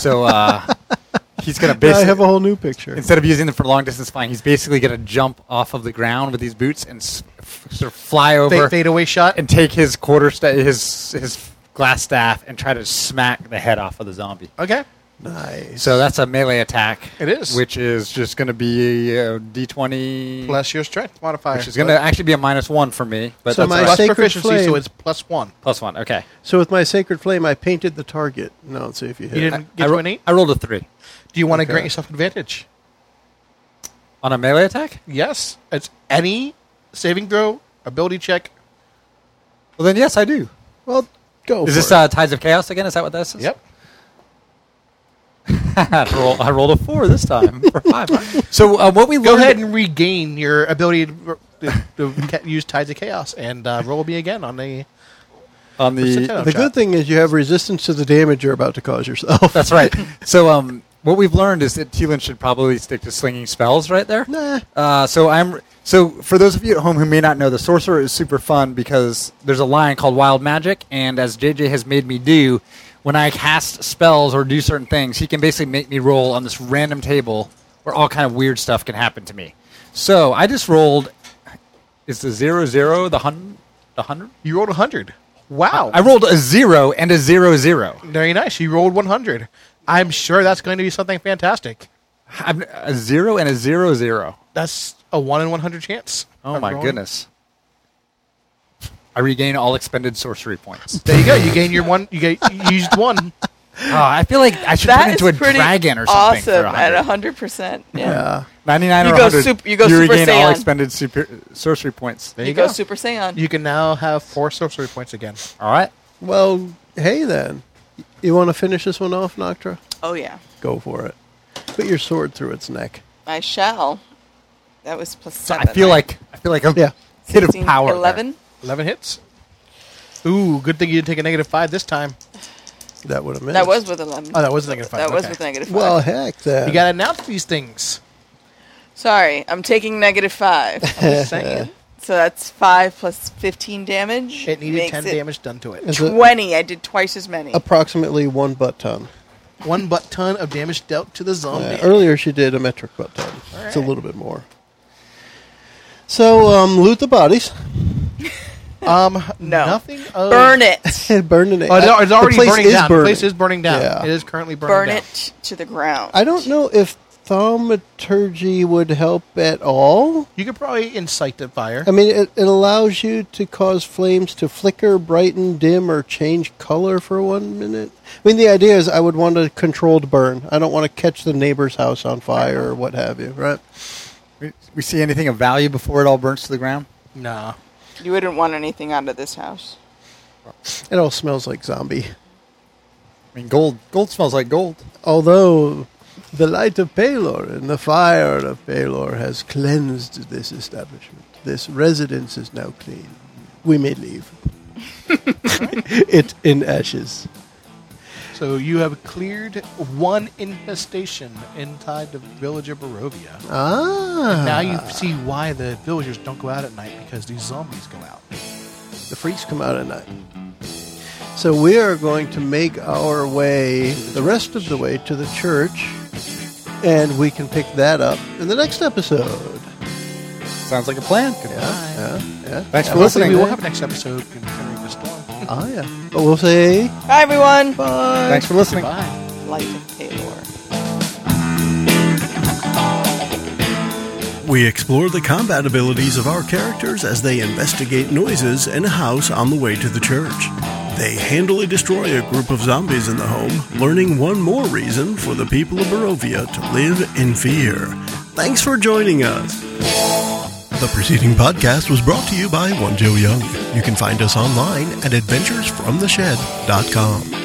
S6: So uh, he's going to
S2: Now
S6: basically.
S2: I have a whole new picture.
S6: Instead of using them for long distance flying, he's basically going to jump off of the ground with these boots and s- f- sort of fly over
S5: Fade, fade away shot.
S6: and take his quarter sta- his his glass staff and try to smack the head off of the zombie.
S5: Okay.
S2: Nice.
S6: So that's a melee attack.
S5: It is.
S6: which is just going to be a d20
S5: Plus your strength modifier.
S6: which is going to actually be a minus one for me. But
S2: So
S6: that's
S2: my
S6: all
S5: plus
S6: right.
S2: sacred
S5: proficiency,
S2: flame.
S5: so it's plus one.
S6: plus one. Okay.
S2: So with my sacred flame, I painted the target. Now let's see if you hit.
S5: You
S2: it.
S5: didn't get
S6: I,
S5: to
S6: ro-
S5: an eight.
S6: I rolled a three
S5: Do you want to
S2: Okay.
S5: grant yourself advantage?
S6: on a melee attack.
S5: Yes. It's any saving throw, ability check.
S6: Well, then yes, I do.
S2: Well, go.
S6: Is
S2: for
S6: this
S2: it.
S6: uh, Tides of Chaos again? Is that what this is? I, roll, I rolled a four this time. for five. So uh, what we
S5: Go
S6: learned-
S5: ahead and regain your ability to, to, to ca- use Tides of Chaos and uh, roll me again on the.
S6: on the
S5: Percentile.
S2: The good thing is you have resistance to the damage you're about to cause yourself.
S6: That's right. So um, what we've learned is that Teelan should probably stick to slinging spells right there.
S2: Nah.
S6: Uh, so I'm so for those of you at home who may not know, the sorcerer is super fun because there's a line called wild magic, and as JJ has made me do, when I cast spells or do certain things, he can basically make me roll on this random table where all kind of weird stuff can happen to me. So I just rolled. Is the zero zero the hundred? The hundred?
S5: You rolled 100. Wow.
S6: I rolled a zero and a zero zero.
S5: Very nice. You rolled 100. I'm sure that's going to be something fantastic.
S6: I'm, a zero and a zero zero.
S5: That's a 1 in 100 chance.
S6: Oh
S5: of
S6: my
S5: rolling.
S6: goodness. I regain all expended sorcery points.
S5: There you go. You gain your one. You get you used one.
S6: Oh, I feel like I should
S3: That
S6: turn
S3: is
S6: into a
S3: pretty
S6: dragon or something. for
S3: awesome at
S6: 100.
S3: hundred percent. Yeah.
S2: Yeah.
S6: 99
S3: You
S6: or
S3: go
S6: 100.
S3: sup- you go super
S6: regain all
S3: Saiyan.
S6: expended super- sorcery points.
S5: There
S3: You
S5: you,
S3: go
S5: go.
S3: Super Saiyan.
S5: You can now have four sorcery points again.
S6: All right.
S2: Well, hey then. You want to finish this one off, Noctra?
S3: oh yeah.
S2: Go for it. Put your sword through its neck.
S3: I shall. That was plus
S6: So
S3: seven.
S6: I feel
S3: right?
S6: like I feel like a
S2: Yeah.
S6: hit of
S3: 16,
S6: power. there.
S3: Eleven.
S5: 11 hits. Ooh, good thing you didn't take a negative 5 this time.
S2: That would have missed.
S3: That was with eleven.
S5: Oh, that was a negative 5.
S3: That was
S5: okay.
S3: with negative five.
S2: Well, heck then.
S5: You got to announce these things.
S3: Sorry, I'm taking negative five.
S5: Just saying.
S3: so that's five plus fifteen damage.
S5: It needed
S3: Makes
S5: 10
S3: it
S5: damage done to it.
S2: Is it
S3: Twenty. I did twice as many.
S2: approximately one butt ton.
S5: One butt ton of damage dealt to the
S2: Yeah,
S5: zombie.
S2: Uh, earlier she did a metric butt ton. It's a little bit more. So um, loot the bodies.
S5: um,
S3: No.
S5: Nothing of.
S3: Burn it.
S2: burn it.
S5: Oh, no, it's already
S2: the place
S5: burning
S2: is
S5: down.
S2: Burning.
S5: The place is burning down.
S2: Yeah.
S5: It is currently burning
S3: Burn
S5: down.
S3: it to the ground.
S2: I don't know if thaumaturgy would help at all.
S5: You could probably incite the fire.
S2: I mean, it, it allows you to cause flames to flicker, brighten, dim, or change color for one minute. I mean, the idea is I would want a controlled burn. I don't want to catch the neighbor's house on fire or what have you, right?
S6: We, we see anything of value before it all burns to the ground?
S5: Nah.
S3: You wouldn't want anything out of this house.
S2: It all smells like zombie.
S6: I mean, gold gold smells like gold.
S2: Although the light of Palor and the fire of Palor has cleansed this establishment, this residence is now clean. We may leave. it in ashes.
S5: So you have cleared one infestation inside the village of Barovia.
S7: Ah.
S5: Now you see why the villagers don't go out at night because these zombies go out.
S7: The freaks come out at night. So we are going to make our way the rest of the way to the church, and we can pick that up in the next episode.
S6: Sounds like a plan.
S7: Yeah, yeah.
S6: Thanks for
S5: Hopefully
S6: listening.
S5: we will have next episode concerning the storm.
S7: Ah, yeah. But we'll say
S3: Hi, everyone.
S7: bye.
S6: Thanks for listening.
S5: Bye.
S3: Life in Taylor.
S2: We explore the combat abilities of our characters as they investigate noises in a house on the way to the church. They handily destroy a group of zombies in the home, learning one more reason for the people of Barovia to live in fear. Thanks for joining us. The preceding podcast was brought to you by One Joe Young. You can find us online at adventuresfromtheshed.com.